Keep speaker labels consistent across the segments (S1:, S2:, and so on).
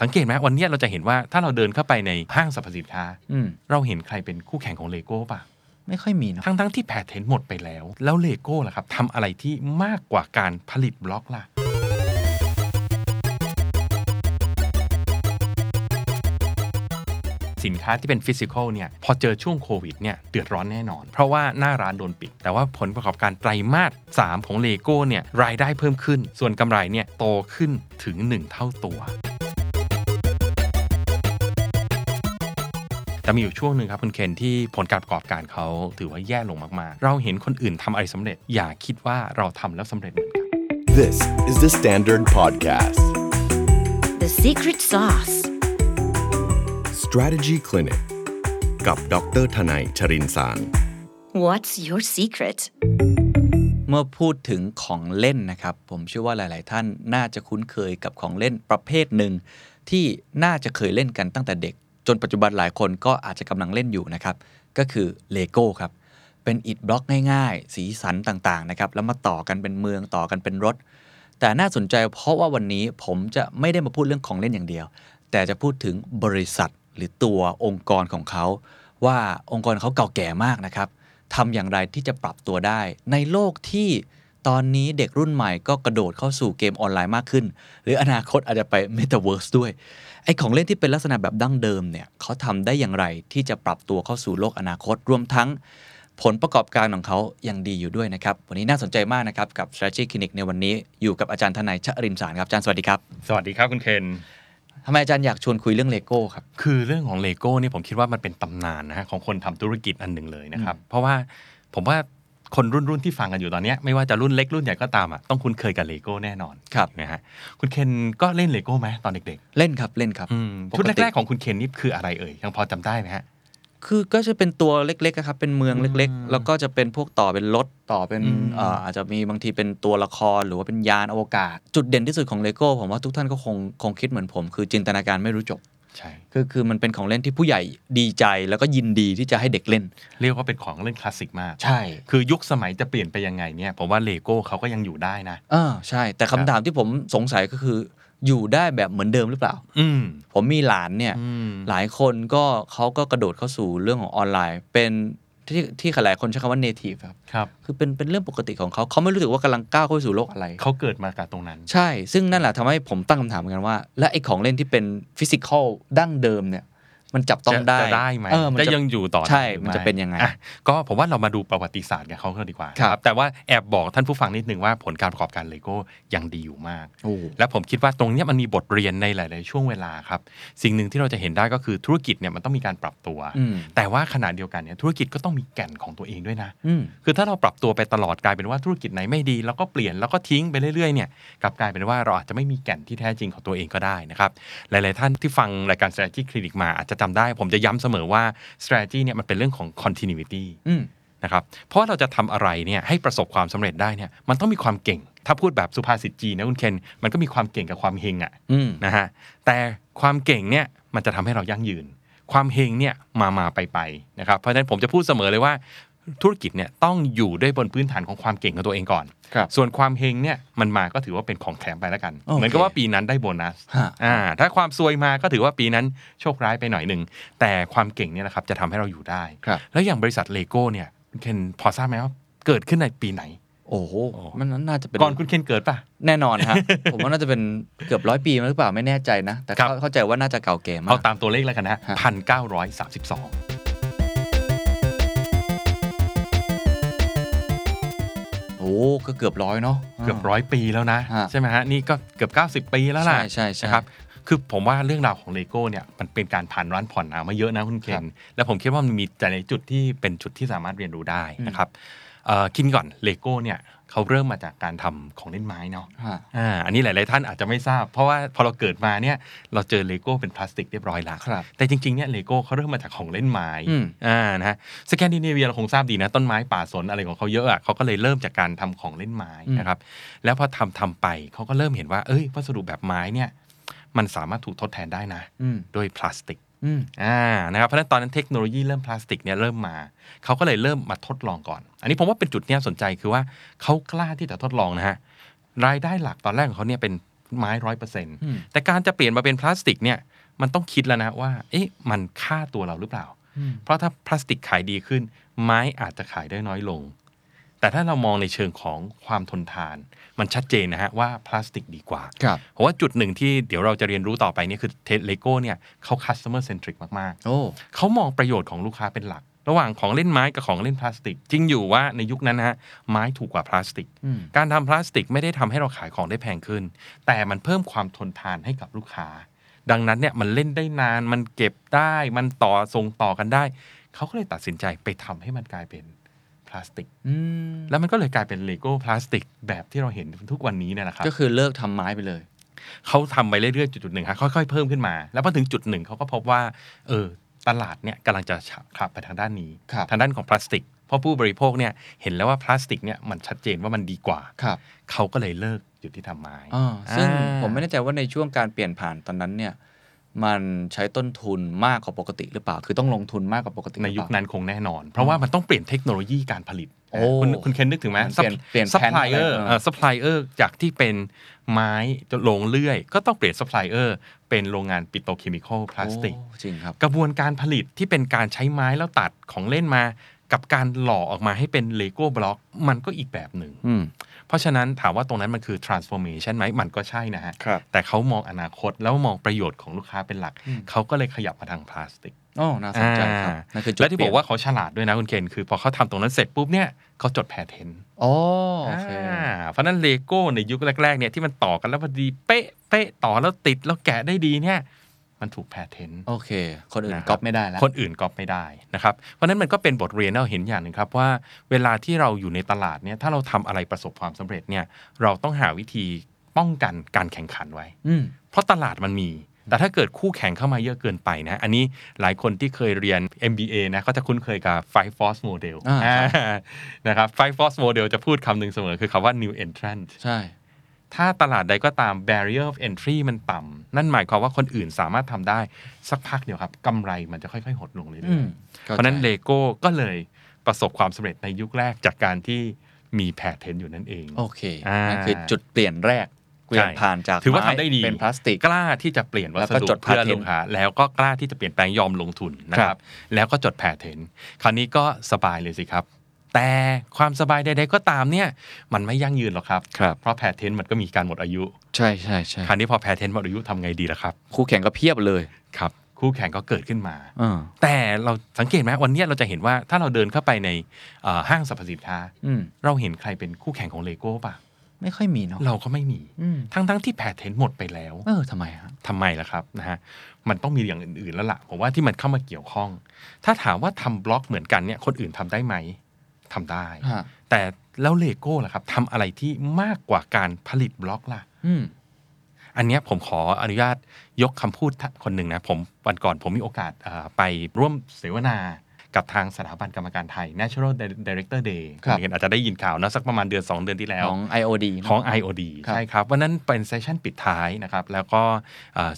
S1: สังเกตไหมวันเนี้ยเราจะเห็นว่าถ้าเราเดินเข้าไปในห้างสรรพสินค้า
S2: อืม
S1: เราเห็นใครเป็นคู่แข่งของเลโก้ป่ะ
S2: ไม่ค่อยมีเนาะ
S1: ทั้งทั้งๆที่แพทเทนต์หมดไปแล้ว แล้วเลโก้ล่ะครับทำอะไรที่มากกว่าการผลิตบล็อกล่ะ สินค้าที่เป็นฟิสิกอลเนี่ย พอเจอช่วงโควิดเนี่ย เดือดร้อนแน่นอน เพราะว่าหน้าร้านโดนปิด แต่ว่าผลประกอบการไตรมาส 3 ของเลโก้เนี่ย รายได้เพิ่มขึ้น ส่วนกำไรเนี่ย โตขึ้นถึง 1 เท่าตัว แต่มีอยู่ช่วงหนึ่งครับคุณเคนที่ผลการประกอบการเขาถือว่าแย่ลงมาก ๆ เราเห็นคนอื่นทำอะไรสำเร็จ อย่าคิดว่าเราทำแล้วสำเร็จเหมือนกัน
S3: This is the Standard Podcast,
S4: The secret sauce.
S3: Strategy Clinic กับดรทนายชรินสาร
S4: What's your secret?
S2: เมื่อพูดถึงของเล่นนะครับ ผมเชื่อว่าหลาย ๆ ท่านน่าจะคุ้นเคยกับของเล่นประเภทหนึ่ง ที่น่าจะเคยเล่นกันตั้งแต่เด็ก จนปัจจุบันหลายคนก็อาจจะกำลังเล่นอยู่นะครับ ก็คือเลโก้ครับ เป็นอิฐบล็อกง่าย ๆ สีสันต่าง ๆ นะครับ แล้วมาต่อกันเป็นเมืองต่อกันเป็นรถ แต่น่าสนใจเพราะว่าวันนี้ผมจะไม่ได้มาพูดเรื่องของเล่นอย่างเดียว แต่จะพูดถึงบริษัทหรือตัวองค์กรของเขา ว่าองค์กรเขาเก่าแก่มากนะครับทำอย่างไรที่จะปรับตัวได้ ในโลกที่ตอนนี้เด็กรุ่นใหม่ก็กระโดดเข้าสู่เกมออนไลน์มากขึ้น หรืออนาคตอาจจะไปเมตาเวิร์สด้วย ไอ้ของเล่นที่เป็นลักษณะแบบดั้งเดิมเนี่ยเขาทำได้อย่างไรที่จะปรับตัวเข้าสู่โลกอนาคตรวมทั้ง ผลประกอบการของเขายังดีอยู่ด้วยนะครับ วันนี้น่าสนใจมากนะครับ กับ strategy clinic ในวันนี้อยู่กับอาจารย์ทนายชรินสารครับ อาจารย์สวัสดีครับ
S1: สวัสดีครับคุณเคน
S2: ทำไมอาจารย์อยากชวนคุยเรื่องเลโก้ครับ
S1: คือเรื่องของเลโก้นี่ยผมคิดว่ามันเป็นตำนานนะฮะของคนทำธุรกิจอันหนึ่งเลยนะครับ เพราะว่าผมว่าคนรุ่นรุ่นๆที่ฟังกันอยู่ตอนเนี้ยไม่ว่าจะรุ่นเล็กรุ่นใหญ่ก็ตามอ่ะต้องคุ้นเคยกับเลโก้แน่นอน
S2: ครับ
S1: นะฮะคุณเคนก็เล่นเลโก้ไหมตอนเด็ก
S2: เล่นครับเล่นครับ
S1: ๆอืม
S2: ป
S1: ชุด
S2: ติ
S1: แรกๆของคุณเคนนี่คืออะไรเอ่ยยังพอจำได้ไหมฮะ
S2: คือก็จะเป็นตัวเล็กๆอะครับ เป็นเมืองเล็ก ๆ แล้วก็จะเป็นพวกต่อเป็นรถต่อเป็น
S1: อืม
S2: เอ่ออาจจะมีบางทีเป็นตัวละครหรือว่าเป็นยานอวกาศ จุดเด่นที่สุดของเลโก้ผมว่าทุกท่านก็คงคงคิดเหมือนผม คือจินตนาการไม่รู้จบ
S1: ใช่
S2: คือคือมันเป็นของเล่นที่ผู้ใหญ่ดีใจ แล้วก็ยินดีที่จะให้เด็กเล่น
S1: เรียกว่าเป็นของเล่นคลาสสิกมาก
S2: ใช่
S1: คือยุคสมัยจะเปลี่ยนไปยังไงเนี่ยผมว่าเลโก้เขาก็ยังอยู่ได้นะ
S2: อ่าใช่ แต่
S1: ครั
S2: คำ
S1: บ
S2: ถามที่ผมสงสัยก็คือ อยู่ได้แบบเหมือนเดิมหรือเปล่า
S1: อืม
S2: ผมมีหลานเนี่ย
S1: อืม
S2: หลายคนก็เขาก็กระโดดเข้าสู่เรื่องของออนไลน์ เป็นที่ที่หลายคนใช้คำว่า native ครับ
S1: ครับ
S2: คือเป็นเป็นเรื่องปกติของเขา เขาไม่รู้สึกว่ากำลังก้าวเข้าสู่โลกอะไร
S1: เขาเกิดมากับตรงนั้น
S2: ใช่ ซึ่งนั่นแหละทำให้ผมตั้งคำถามเหมือนกันว่า และไอ้ของเล่นที่เป็นฟิสิกอลดั้งเดิมเนี่ย มันจับต้องได้
S1: จะจะได้ไหม
S2: เออมัน
S1: จะ
S2: จะ
S1: ยังอยู่ต่อ
S2: ใช่
S1: หรือ
S2: มันจะเป็นยังไง
S1: อ่ก็ผมว่าเรามาดูประวัติศาสตร์กันเขาก็ดีกว่า
S2: ครับ
S1: แต่ว่าแอบบอกท่านผู้ฟังนิดนึงว่าผลการประกอบการเลโก้ยังดีอยู่มาก
S2: โอ้
S1: และผมคิดว่าตรงเนี้ยมันมีบทเรียนในหลาย ๆ ช่วงเวลาครับ สิ่งหนึ่งที่เราจะเห็นได้ก็คือธุรกิจเนี่ยมันต้องมีการปรับตัว
S2: อืม
S1: แต่ว่าขณะเดียวกันเนี่ยธุรกิจก็ต้องมีแก่นของตัวเองด้วยนะ
S2: อืม
S1: คือถ้าเราปรับตัวไปตลอดกลายเป็นว่าธุรกิจไหนไม่ดีเราก็เปลี่ยนแล้วก็ทิ้งไปเรื่อยๆเนี่ยกลับกลายเป็นว่าเราอาจจะไม่มีแก่นที่แท้จริงของตัวเองก็ได้นะครับหลายๆท่านที่ฟังรายการ strategy clinic มาอาจจะจำได้ ผมจะย้ำเสมอว่า strategy เนี่ยมันเป็นเรื่องของ continuity
S2: อืม
S1: นะครับเพราะเราจะทำอะไรเนี่ยให้ประสบความสำเร็จได้เนี่ยมันต้องมีความเก่ง ถ้าพูดแบบสุภาษิตจีนนะคุณเคนมันก็มีความเก่งกับความเฮงอะ
S2: อืม
S1: นะฮะแต่ความเก่งเนี่ยมันจะทำให้เรายั่งยืน ความเฮงเนี่ยมามาไปไปนะครับเพราะฉะนั้นผมจะพูดเสมอเลยว่า ธุรกิจเนี่ยต้องอยู่ด้วยบนพื้นฐานของความเก่งของตัวเองก่อน
S2: ครับ
S1: ส่วนความเฮงเนี่ยมันมาก็ถือว่าเป็นของแถมไปแล้วกัน
S2: โอเค
S1: เหมือนกับว่าปีนั้นได้โบนัส
S2: ฮะ
S1: อ่าถ้าความซวยมาก็ถือว่าปีนั้นโชคร้ายไปหน่อยหนึ่งแต่ความเก่งเนี่ยนะครับจะทำให้เราอยู่ได้
S2: ครับ
S1: แล้วอย่างบริษัทเลโก้เนี่ยคุณเคนพอทราบไหมว่าเกิดขึ้นในปีไหน
S2: โอ้โห มันน่าจะเป็น
S1: ก่อนคุณเคนเกิดปะ
S2: แน่นอน ฮะ ผมว่าน่าจะเป็นเกือบร้อยปีมาหรือเปล่าไม่แน่ใจนะ แต่
S1: ครับ
S2: เข้าเข้าใจว่าน่าจะเก่าแก่มา
S1: เอา
S2: ก
S1: ตามตัวเลขแล้วกันนะ
S2: ฮะ
S1: พันเก้าร้อยสามสิบสอง
S2: โอ้ก็เกือบร้อยเนาะ
S1: เกือบร้อยปีแล้วนะ
S2: ฮะ
S1: ใช่ไหมฮะ นี่ก็เกือบ 90 ปีแล้วล่ะ
S2: ใช่ใช่ใช่
S1: นะครับคือผมว่าเรื่องราวของเลโก้เนี่ยมันเป็นการผ่านร้านผ่อนเอามาเยอะนะคุณเค
S2: ครั
S1: น
S2: บ
S1: แล้วผมคิดว่ามันมีแต่ในจุดที่เป็นจุดที่สามารถเรียนรู้ได้
S2: อืม
S1: นะครับเอ่อคิดก่อนเลโก้เนี่ยเขาเริ่มมาจากการทำของเล่นไม้เนาะ
S2: ฮะ
S1: อ่าอันนี้หลาย ๆ ท่านอาจจะไม่ทราบ เพราะว่าพอเราเกิดมาเนี่ยเราเจอเลโก้เป็นพลาสติกเรียบร้อยละ
S2: ครับ
S1: แต่จริง ๆ เนี่ยเลโก้เขาเริ่มมาจากของเล่นไม้
S2: อืม
S1: อ่านะฮะสแกนดิเนเวียเราคงทราบดีนะต้นไม้ป่าสนอะไรของเขาเยอะอ่ะเขาก็เลยเริ่มจากการทำของเล่นไม้นะครับ แล้วพอทำทำไปเขาก็เริ่มเห็นว่า เอ้ยวัสดุแบบไม้เนี่ยมันสามารถถูกทดแทนได้นะ
S2: อืม
S1: ด้วยพลาสติก
S2: อืม
S1: อ่านะครับเพราะฉะนั้นตอนนั้นเทคโนโลยีเริ่มพลาสติกเนี่ยเริ่มมาเขาก็เลยเริ่มมาทดลองก่อน อันนี้ผมว่าเป็นจุดที่น่าสนใจคือว่าเขากล้าที่จะทดลองนะฮะรายได้หลักตอนแรกของเขาเนี่ยเป็น ไม้ร้อยเปอร์เซ็นต์
S2: อืม
S1: แต่การจะเปลี่ยนมาเป็นพลาสติกเนี่ยมันต้องคิดแล้วนะว่า เอ๊ะมันค่าตัวเราหรือเปล่า เพราะถ้าพลาสติกขายดีขึ้น ไม้อาจจะขายได้น้อยลง แต่ถ้าเรามองในเชิงของความทนทาน มันชัดเจนนะฮะว่าพลาสติกดีกว่า
S2: ครับ
S1: เพราะว่าจุดหนึ่งที่เดี๋ยวเราจะเรียนรู้ต่อไปเนี่ยคือเทสเลโก้เนี่ยเขา customer centric มาก ๆ
S2: โอ้
S1: เขามองประโยชน์ของลูกค้าเป็นหลัก ระหว่างของเล่นไม้กับของเล่นพลาสติก จริงอยู่ว่าในยุคนั้นนะฮะไม้ถูกกว่าพลาสติก
S2: อืม
S1: การทำพลาสติกไม่ได้ทำให้เราขายของได้แพงขึ้น แต่มันเพิ่มความทนทานให้กับลูกค้า ดังนั้นเนี่ยมันเล่นได้นานมันเก็บได้มันต่อส่งต่อกันได้ เขาก็เลยตัดสินใจไปทำให้มันกลายเป็นพลาสติก
S2: อืม
S1: แล้วมันก็เลยกลายเป็นเลโก้พลาสติกแบบที่เราเห็นทุกวันนี้เนี่ยแหละครับ
S2: ก็คือเลิกทำไม้ไปเลย
S1: เขาทำไปเรื่อยๆจุดๆหนึ่งฮะค่อยๆเพิ่มขึ้นมา แล้วพอถึงจุดหนึ่งเขาก็พบว่าเออตลาดเนี่ยกำลังจะขับไปทางด้านนี้
S2: ครับ
S1: ทางด้านของพลาสติก เพราะผู้บริโภคเนี่ยเห็นแล้วว่าพลาสติกเนี่ยมันชัดเจนว่ามันดีกว่า
S2: ครับ
S1: เขาก็เลยเลิกหยุดที่ทำไม้
S2: อ่าซึ่ง
S1: อ่า
S2: ผมไม่แน่ใจว่าในช่วงการเปลี่ยนผ่านตอนนั้นเนี่ย มันใช้ต้นทุนมากกว่าปกติหรือเปล่า คือต้องลงทุนมากกว่าปกติห
S1: ใน
S2: รือเปล่า
S1: ยุคนั้นคงแน่นอน เพราะว่ามันต้องเปลี่ยนเทคโนโลยีการผลิต
S2: โอ้
S1: คุณคุณเคนนึกถึงไหม
S2: มันเปลี่ยนเปลี่ยน
S1: ซัพ
S2: แผน
S1: พลายเออร์
S2: ไปเออ
S1: ซัพพลายเออร์จากที่เป็นไม้จะลงเลื่อย ก็ต้องเปลี่ยนซัพพลายเออร์เป็นโรงงานปิโตรเคมีคอลพลาสติก
S2: โอ้จริงครับ
S1: กระบวนการผลิตที่เป็นการใช้ไม้แล้วตัดของเล่นมา กับการหล่อออกมาให้เป็นเลโก้บล็อกมันก็อีกแบบหนึ่ง
S2: อืม
S1: เพราะฉะนั้นถามว่าตรงนั้นมันคือ transformation ไหมมันก็ใช่นะฮะ
S2: ครับ
S1: แต่เขามองอนาคตแล้วมองประโยชน์ของลูกค้าเป็นหลัก เขาก็เลยขยับมาทางพลาสติก
S2: อ๋อน่าสนใจครับ
S1: อ่า
S2: นั่นคือจุด
S1: และที่
S2: เป
S1: บ
S2: ย
S1: อน กว่าเขาฉลาดด้วยนะคุณเคนคือพอเขาทำตรงนั้นเสร็จปุ๊บเนี่ยเขาจดแพทเทน
S2: อ๋อโอเค
S1: อ่าเพราะฉะนั้นเลโก้ในยุคแรกๆเนี่ยที่มันต่อกันแล้วพอดีเป๊ะเป๊ะต่อแล้วติดแล้วแกะได้ดีเนี่ยมันถูกแพทเทน
S2: โอเค คนอื่น
S1: นะครับ
S2: ก๊อปไม่ได้แล้ว
S1: คนอื่นก็ไม่ได้นะครับ เพราะฉะนั้นมันก็เป็นบทเรียนที่เราเห็นอย่างหนึ่งครับว่า เวลาที่เราอยู่ในตลาดเนี่ยถ้าเราทำอะไรประสบความสำเร็จเนี่ยเราต้องหาวิธีป้องกันการแข่งขันไว้
S2: อืม
S1: เพราะตลาดมันมี แต่ถ้าเกิดคู่แข่งเข้ามาเยอะเกินไปนะ อันนี้หลายคนที่เคยเรียน MBA นะก็จะคุ้นเคยกับ Five Force Model
S2: อ่าครับ
S1: อ่านะครับ Five Force Model จะพูดคำหนึ่งเสมอคือคำว่า new entrant
S2: ใช่
S1: ถ้าตลาดใดก็ตาม barrier of entry มันต่ำนั่นหมายความว่าคนอื่นสามารถทำได้สักพักเดียวครับกำไรมันจะค่อยๆ หดลงเรื่
S2: อื
S1: อย
S2: ม
S1: ๆเพราะฉะนั้นเลโก้ก็เลยประสบความสำเร็จในยุคแรกจากการที่มีแพทเทนอยู่นั่นเอง
S2: โอเค
S1: อ่านั่
S2: นั่นคือจุดเปลี่ยนแรก เปลี่ยน
S1: ใช่
S2: ผ่านจาก
S1: ถือว่า
S2: ม้
S1: ทำได้ดี
S2: เป็นพลาสติก
S1: กล้าที่จะเปลี่ยนวั
S2: แล้ว
S1: ส
S2: ก็
S1: ดุ
S2: จด
S1: เพื่อ
S2: patent
S1: ลูกค้าแล้วก็กล้าที่จะเปลี่ยนแปลงยอมลงทุนนะค
S2: ครั
S1: รับบ แล้วก็จดแพทเทนคราวนี้ก็สบายเลยสิครับ แต่ความสบายใด ๆ ก็ตามเนี่ยมันไม่ยั่งยืนหรอกครับ
S2: ครับ
S1: เพราะแพทเทนมันก็มีการหมดอายุ
S2: ใช่ใช่ใช่
S1: คราวนี้พอแพทเทนหมดอายุทำไงดีล่ะครับ
S2: คู่แข่งก็เพียบเลย
S1: ครับคู่แข่งก็เกิดขึ้นมา
S2: เออ
S1: แต่เราสังเกตไหมวันเนี้ยเราจะเห็นว่าถ้าเราเดินเข้าไปในเอ่อห้างสรรพสินค้า
S2: อืม
S1: เราเห็นใครเป็นคู่แข่งของเลโก้ป่ะ
S2: ไม่ค่อยมีเนาะ
S1: เราก็ไม่มี
S2: อืม
S1: ทั้งทั้งๆที่แพทเทนต์หมดไปแล้ว
S2: เออทำไมฮะ
S1: ทำไมล่ะครับนะฮะมันต้องมีอย่างอื่นๆแล้วล่ะผมว่าที่มันเข้ามาเกี่ยวข้อง ถ้าถามว่าทำบล็อกเหมือนกันเนี่ยคนอื่นทำได้ไหมทำได้
S2: ฮะ
S1: แต่แล้วเลโก้ล่ะครับทำอะไรที่มากกว่าการผลิตบล็อกล่ะ
S2: อืม
S1: อันเนี้ยผมขออนุญาตยกคำพูดคนหนึ่งนะผมวันก่อนผมมีโอกาสเอ่อไปร่วมเสวนากับทางสถาบันกรรมการไทย National Director Day
S2: ครับ
S1: เห็นอาจจะได้ยินข่าวนะสักประมาณเดือน 2 เดือนที่แล้ว
S2: ของ IOD เนอะ
S1: ของ IOD
S2: ครับ
S1: ใช่ครับ วันนั้นเป็นเซสชันปิดท้ายนะครับ แล้วก็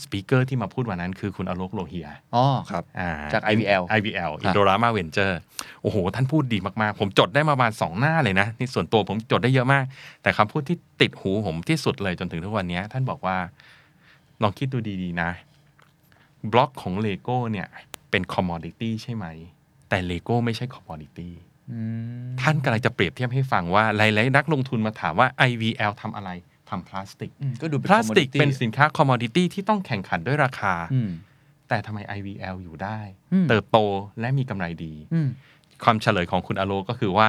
S1: สปีกเกอร์ที่มาพูดวันนั้นคือคุณอโลกโลเฮีย
S2: อ๋อครับ
S1: อ่
S2: จาก IVL
S1: IVL
S2: ครั
S1: อิน
S2: บ
S1: โดรามาเวนเจอร์โอ้โห ท่านพูดดีมาก ๆ ผมจดได้ประมาณ 2 หน้าเลยนะ นี่ส่วนตัวผมจดได้เยอะมาก แต่คำพูดที่ติดหูผมที่สุดเลยจนถึงทุกวันนี้ ท่านบอกว่า ลองคิดดูดี ๆ นะ บล็อกของเลโก้เนี่ย เป็นคอมมอดิตี้ใช่ไหม แต่เลโก้ไม่ใช่คอมมอดิตี้
S2: อืม
S1: ท่านกำลังจะเปรียบเทียบให้ฟังว่าหลายๆนักลงทุนมาถามว่า IVL ทำอะไรทำพลาสติก
S2: อืมก็ดูเป็น
S1: พลาสติก
S2: commodity
S1: เป็นสินค้าคอมมอดิตี้ที่ต้องแข่งขันด้วยราคา
S2: อืม
S1: แต่ทำไม IVL อยู่ได้
S2: อืม
S1: เติบโตและมีกำไรดี
S2: อืม
S1: ความเฉลยของคุณอโลก็คือว่า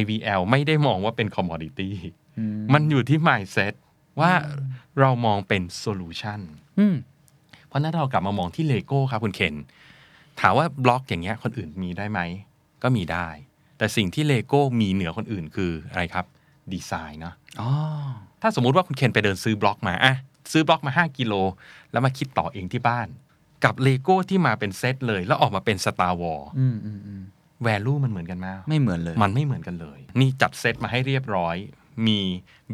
S1: IVL ไม่ได้มองว่าเป็นคอมมอดิตี้
S2: อืม
S1: มันอยู่ที่ mindset ว่าเรามองเป็นโซลูชัน
S2: อืม
S1: เพราะฉะนั้นเรากลับมามองที่เลโก้ครับคุณเคน ถามว่าบล็อกอย่างเงี้ยคนอื่นมีได้ไหม ก็มีได้ แต่สิ่งที่เลโก้มีเหนือคนอื่นคืออะไรครับ ดีไซน์เนาะ
S2: อ๋อ
S1: ถ้าสมมุติว่าคุณเคนไปเดินซื้อบล็อกมาอะซื้อบล็อกมา 5 กิโล แล้วมาคิดต่อเองที่บ้าน กับเลโก้ที่มาเป็นเซตเลย แล้วออกมาเป็น Star War
S2: อืมอืมอืม
S1: Value มันเหมือนกันมาก
S2: ไม่เหมือนเลย
S1: มันไม่เหมือนกันเลย นี่จัดเซตมาให้เรียบร้อย มี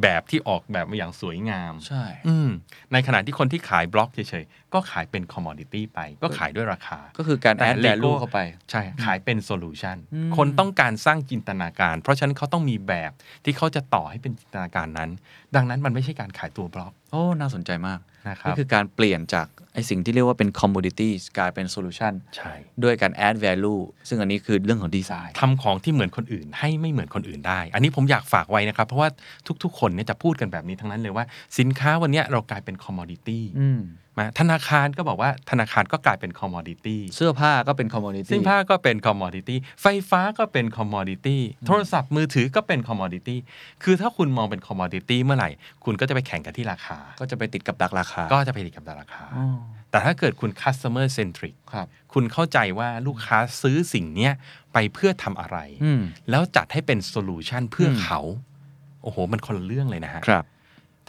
S1: แบบที่ออกแบบมาอย่างสวยงาม
S2: ใช่
S1: อืมในขณะที่คนที่ขายบล็อกเฉยๆ ก็ขายเป็นคอมมอดิตี้ไป ก็ขายด้วยราคา
S2: ก็คือการ
S1: แต่
S2: add
S1: Lego
S2: value เข้าไป
S1: ใช่ ขายเป็นโซลูชัน
S2: อืม
S1: คนต้องการสร้างจินตนาการ เพราะฉะนั้นเขาต้องมีแบบที่เขาจะต่อให้เป็นจินตนาการนั้น ดังนั้นมันไม่ใช่การขายตัวบล็อก
S2: โอ้ น่าสนใจมาก
S1: นะครับ
S2: นี่คือการเปลี่ยนจากไอสิ่งที่เรียกว่าเป็น commodity กลายเป็น solution
S1: ใช่
S2: ด้วยการ add value ซึ่งอันนี้คือเรื่องของดีไซน์
S1: ทำของที่เหมือนคนอื่นให้ไม่เหมือนคนอื่นได้ อันนี้ผมอยากฝากไว้นะครับ เพราะว่าทุกๆ คนเนี่ยจะพูดกันแบบนี้ทั้งนั้นเลยว่า สินค้าวันเนี้ยเรากลายเป็นคอมมอดิตี้
S2: อืม
S1: มาธนาคารก็บอกว่าธนาคารก็กลายเป็นคอมมอดิตี้
S2: เสื้อผ้าก็เป็น commodity
S1: เสิ้นผ้าก็เป็นคอมมอดิตี้ไฟฟ้าก็เป็นคอมมอดิตี้โทรศัพท์มือถือก็เป็นคอมมอดิตี้คือถ้าคุณมองเป็นคอมมอดิตี้เมื่อไหร่ คุณก็จะไปแข่งกันที่ราคา
S2: ก็จะไปติดกับดักราคา
S1: ก็จะไปติดกับราคา
S2: อ๋อ
S1: แต่ถ้าเกิดคุณ customer centric
S2: ครับ
S1: คุณเข้าใจว่าลูกค้าซื้อสิ่งเนี้ยไปเพื่อทำอะไร
S2: อืม
S1: แล้วจัดให้เป็นโซลูชันเพื่ออ
S2: ม
S1: เขา โอ้โห มันคนละเรื่องเลยนะฮะ
S2: ครับ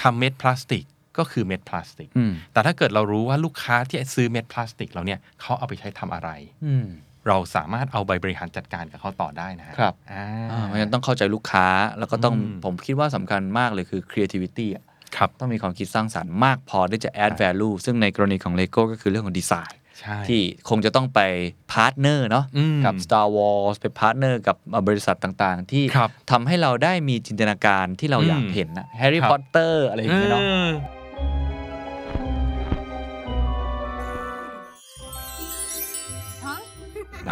S1: ทำเม็ดพลาสติกก็คือเม็ดพลาสติก
S2: อืม
S1: แต่ถ้าเกิดเรารู้ว่าลูกค้าที่ซื้อเม็ดพลาสติกเราเนี่ยเขาเอาไปใช้ทำอะไร
S2: อืม
S1: เราสามารถเอาใบบริหารจัดการกับเขาต่อได้นะฮะ
S2: ครับ
S1: อ่า
S2: อ่าเพราะฉะนั้นต้องเข้าใจลูกค้า แล้วก็ต้อง
S1: อืม
S2: ผมคิดว่าสำคัญมากเลยคือ creativity อะ
S1: ครับ
S2: ต้องมีความคิดสร้างสารรค์มากพอที่จะ add value ซึ่งในกรณีของ Lego ก็คือเรื่องของดีไซน์
S1: ใช่
S2: ที่คงจะต้องไปพาร์ทเนอร์เนาะ
S1: อืม
S2: กับ Star Wars ไปพาร์ทเนอร์กับบริษัทต่างๆ ที่
S1: ครับ
S2: ทำให้เราได้มีจินตนาการที่เรา
S1: อืม
S2: อยากเห็นนะแฮร์รี่
S1: ครับ
S2: พอตเตอร์อะไรอย่างเงี้ยเนาะ
S1: อืม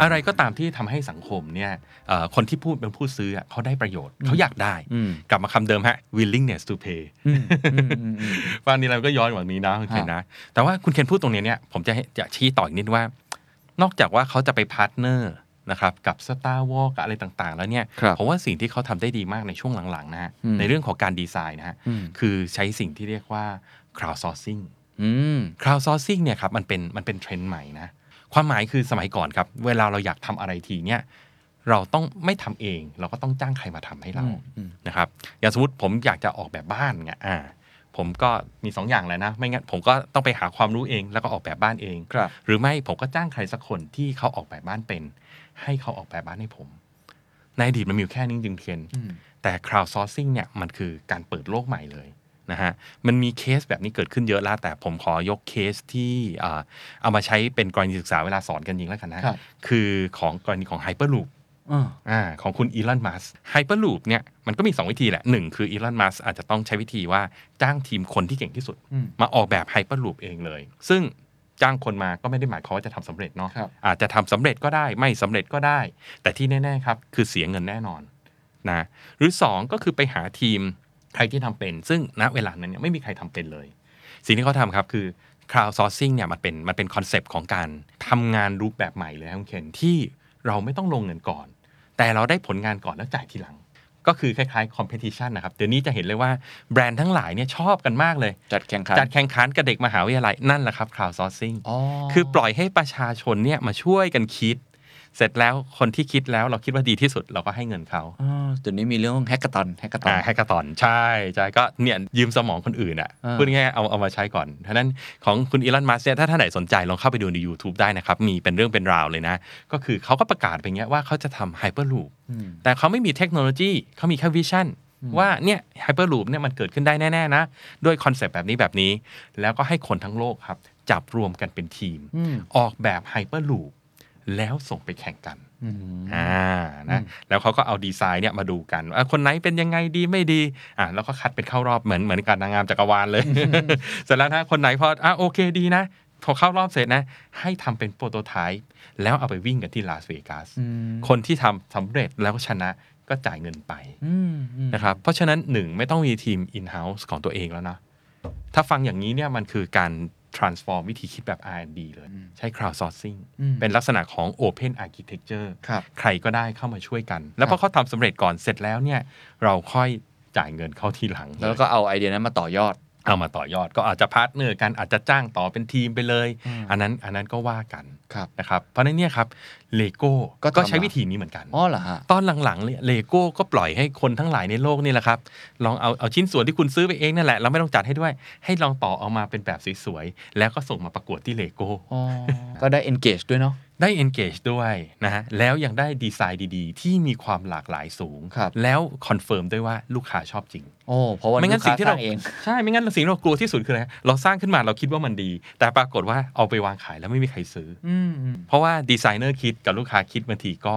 S1: อะไรก็ตามที่ทำให้สังคมเนี่ยเอ่อคนที่พูดเป็นผู้ซื้ออะเขาได้ประโยชน์เขาอยากได้
S2: อืม
S1: กลับมาคำเดิมฮะ willingness to pay
S2: อืมอืมอืมอืม
S1: ฟังนี้เราก็ย้อนกว่านี้นะคุณเคนนะ แต่ว่าคุณเคนพูดตรงเนี้ยเนี่ยผมจะให้จะชี้ต่ออีกนิดว่า นอกจากว่าเขาจะไปพาร์ทเนอร์นะครับกับ Star w a r กับอะไรต่างๆ แล้วเนี่ย
S2: ครับ
S1: ผมว่าสิ่งที่เขาทำได้ดีมากในช่วงหลังๆนะฮะ
S2: อืม
S1: ในเรื่องของการดีไซน์นะฮะ
S2: อืม
S1: คือใช้สิ่งที่เรียกว่า crowdsourcing
S2: อืม
S1: crowdsourcing เนี่ยครับมันเป็นมันเป็นเทรนด์ใหม่นะ ความหมายคือสมัยก่อนครับ เวลาเราอยากทำอะไรทีเนี่ยเราต้องไม่ทำเอง เราก็ต้องจ้างใครมาทำให้เรา
S2: อืม
S1: นะครับอย่างสมมติผมอยากจะออกแบบบ้านเงี้ยอ่าผมก็มีสองอย่างแหละนะ ไม่งั้นผมก็ต้องไปหาความรู้เองแล้วก็ออกแบบบ้านเอง
S2: ครับ
S1: หรือไม่ผมก็จ้างใครสักคนที่เขาออกแบบบ้านเป็น ให้เขาออกแบบบ้านให้ผม ในอดีตมันมีอยู่แค่นี้จริงๆเทียน
S2: อืม
S1: แต่ crowdsourcing เนี่ยมันคือการเปิดโลกใหม่เลยนะฮะ มันมีเคสแบบนี้เกิดขึ้นเยอะแล้ว แต่ผมขอยกเคสที่อ่าเอามาใช้เป็นกรณีศึกษาเวลาสอนกันจริงแล้วกันนะครับ คือของกรณีของ Hyperloop
S2: อ่า
S1: อ่าของคุณอีลอนมัสไฮเปอร์ลูปเนี่ยมันก็มี 2 วิธีแหละหนึ่งคืออีลอนมัสอาจจะต้องใช้วิธีว่าจ้างทีมคนที่เก่งที่สุด
S2: อืม
S1: มาออกแบบไฮเปอร์ลูปเองเลย ซึ่งจ้างคนมาก็ไม่ได้หมายความว่าจะทำสำเร็จเนาะ
S2: ครับ
S1: อาจจะทำสำเร็จก็ได้ไม่สำเร็จก็ได้ แต่ที่แน่ ๆ ครับ คือเสียเงินแน่นอนนะหรือ 2 ก็คือไปหาทีมใครที่ทำเป็น ซึ่งณเวลานั้นเนี่ยไม่มีใครทำเป็นเลย สิ่งที่เขาทำครับคือ crowdsourcing เนี่ยมันเป็นมันเป็นคอนเซปต์ของการทำงานรูปแบบใหม่เลยครับคุณเคนที่เราไม่ต้องลงเงินก่อน แต่เราได้ผลงานก่อนแล้วจ่ายทีหลัง ก็คือคล้ายๆ competition นะครับเดี๋ยวนี้จะเห็นเลยว่าแบรนด์ทั้งหลายเนี่ยชอบกันมากเลย
S2: จัดแข่งขัน
S1: จัดแข่งขันกับเด็กมหาวิทยาลัย นั่นแหละครับ crowdsourcing
S2: อ๋อ
S1: คือปล่อยให้ประชาชนเนี่ยมาช่วยกันคิด เสร็จแล้วคนที่คิดแล้วเราคิดว่าดีที่สุดเราก็ให้เงินเขา
S2: อ่าเดี๋ยวนี้มีเรื่องแฮกเกอร์ตอนแฮกเกอร์ตอน
S1: อ่าให้กระตอนใช่ใช่ก็เนี่ยยืมสมองคนอื่นอ่ะ
S2: อ่า
S1: พูดง่ายๆเอาเอามาใช้ก่อนท่านั้นของคุณอีลอนมัสเนี่ยถ้าท่านไหนสนใจลองเข้าไปดูใน YouTube ได้นะครับ มีเป็นเรื่องเป็นราวเลยนะ ก็คือเขาก็ประกาศไปเงี้ยว่าเขาจะทำไฮเปอร์ลูป
S2: อืม
S1: แต่เขาไม่มีเทคโนโลยีเขามีแค่วิชั่นว่าเนี่ยไฮเปอร์ลูปเนี่ยมันเกิดขึ้นได้แน่ ๆ นะ ด้วยคอนเซปต์แบบนี้แบบนี้ แล้วก็ให้คนทั้งโลกครับ จับรวมกันเป็นทีม
S2: อืม
S1: ออกแบบไฮเปอร์ลูปแล้วส่งไปแข่งกัน
S2: อืม
S1: อ่า
S2: อื
S1: นะ
S2: ม
S1: แล้วเขาก็เอาดีไซน์เนี่ยมาดูกันว่าคนไหนเป็นยังไงดีไม่ดีอ่ะแล้วก็คัดเป็นเข้ารอบเหมือนเหมือนการนางงามจักรวาลเลย เสร็จแล้วนะคนไหนพออ่ะโอเคดีนะ พอเข้ารอบเสร็จนะ ให้ทำเป็นโปรโตไทป์แล้วเอาไปวิ่งกันที่ลาสเวกัส
S2: อืม
S1: คนที่ทำสำเร็จแล้วชนะก็จ่ายเงินไป
S2: อืมอืม
S1: นะครับ เพราะฉะนั้นหนึ่งไม่ต้องมีทีม in-house ของตัวเองแล้วนะ ถ้าฟังอย่างนี้เนี่ยมันคือการ transform วิธีคิดแบบ R&D เลย
S2: อืม
S1: ใช้ crowdsourcing
S2: อืม
S1: เป็นลักษณะของ open architecture
S2: ครับ
S1: ใครก็ได้เข้ามาช่วยกัน แล้วพอเขาทำสำเร็จก่อนเสร็จแล้วเนี่ยเราค่อยจ่ายเงินเข้าทีหลัง
S2: แล้วก็เอาไอเดียนั้นมาต่อยอด
S1: เอามาต่อยอดก็อาจจะพาร์ทเนอร์กันอาจจะจ้างต่อเป็นทีมไปเลย
S2: อืม
S1: อันนั้นอันนั้นก็ว่ากัน
S2: ครับ
S1: นะครับเพราะฉะนั้นเนี่ยครับเลโก้
S2: ก็ทำ
S1: ก็ใช้
S2: มา
S1: วิธีนี้เหมือนกัน
S2: อ๋อเหรอฮะ
S1: ตอนหลังๆเนี่ยเลโก้ก็ปล่อยให้คนทั้งหลายในโลกนี่แหละครับ ลองเอาเอาชิ้นส่วนที่คุณซื้อไปเองนั่นแหละ แล้วไม่ต้องจัดให้ด้วย ให้ลองต่อเอามาเป็นแบบสวยๆ แล้วก็ส่งมาประกวดที่เลโก้
S2: อ๋อ ก็ได้ engage ด้วยเนาะ
S1: ได้ engage ด้วยนะฮะแล้วยังได้ดีไซน์ดีๆ ที่มีความหลากหลายสูง
S2: ครับ
S1: แล้วคอนเฟิร์มด้วยว่าลูกค้าชอบจริง
S2: โอ้เพราะว่า
S1: ไม่งั้
S2: ลู
S1: น
S2: ก
S1: สิ่
S2: ค้าง
S1: ที่
S2: ส
S1: เรา
S2: ร้างเอง
S1: ใช่ไม่งั้นสิ่งที่เรากลัวที่สุดคืออะไรฮะเราสร้างขึ้นมาเราคิดว่ามันดี แต่ปรากฏว่าเอาไปวางขายแล้วไม่มีใครซื้อ
S2: อืมอืม
S1: เพราะว่าดีไซเนอร์คิดกับลูกค้าคิดบางทีก็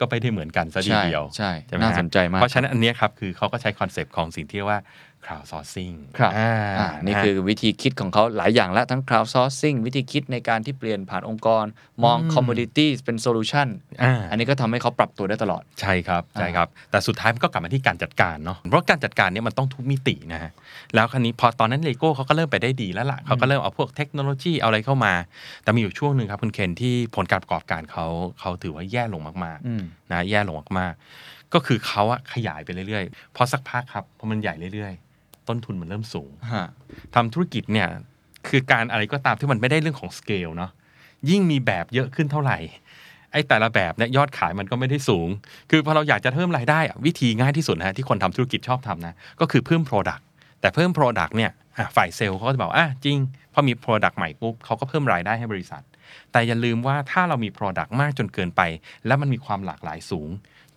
S1: ก็ไม่ได้เหมือนกันซะทีเดียว
S2: ใช่
S1: ช่ไหม
S2: น่า
S1: ฮะ
S2: สนใจมาก
S1: เพราะฉะนั้นอันเนี้ยครับคือเขาก็ใช้คอนเซปต์ของสิ่งที่เรียกว่า crowd sourcing
S2: ครับ
S1: อ่า
S2: อ่านี่คือวิธีคิดของเขาหลายอย่างละทั้ง crowd sourcing วิธีคิดในการที่เปลี่ยนผ่านองค์กร มอง commodity เป็น solution
S1: อ่า
S2: อันนี้ก็ทำให้เขาปรับตัวได้ตลอด
S1: ใช่ครับใช่ครับแต่สุดท้ายมันก็กลับมาที่การจัดการเนาะเพราะการจัดการเนี่ยมันต้องทุกมิตินะฮะแล้วคราวนี้พอตอนนั้นเลโก้เขาก็เริ่มไปได้ดีแล้วล่ะเขาก็เริ่มเอาพวกเทคโนโลยีเอาอะไรเข้ามา แต่มีอยู่ช่วงหนึ่งครับคุณเคนที่ผลการประกอบการเขาเขาถือว่าแย่ลงมาก
S2: อืม
S1: ๆนะแย่ลงมากๆก็คือเขาอะขยายไปเรื่อยๆพอสักพักครับพอมันใหญ่เรื่อยๆ ต้นทุนมันเริ่มสูง ทำธุรกิจเนี่ยคือการอะไรก็ตามที่มันไม่ได้เรื่องของสเกลเนาะยิ่งมีแบบเยอะขึ้นเท่าไหร่ ไอ้แต่ละแบบเนี่ยยอดขายมันก็ไม่ได้สูง คือพอเราอยากจะเพิ่มรายได้อะวิธีง่ายที่สุดนะฮะที่คนทำธุรกิจชอบทำนะ ก็คือเพิ่ม Product แต่เพิ่ม Product เนี่ยอ่ะฝ่ายเซลล์เขาก็จะบอกอ่ะจริง พอมี Product ใหม่ปุ๊บเขาก็เพิ่มรายได้ให้บริษัท แต่อย่าลืมว่าถ้าเรามี Product มากจนเกินไป แล้วมันมีความหลากหลายสูง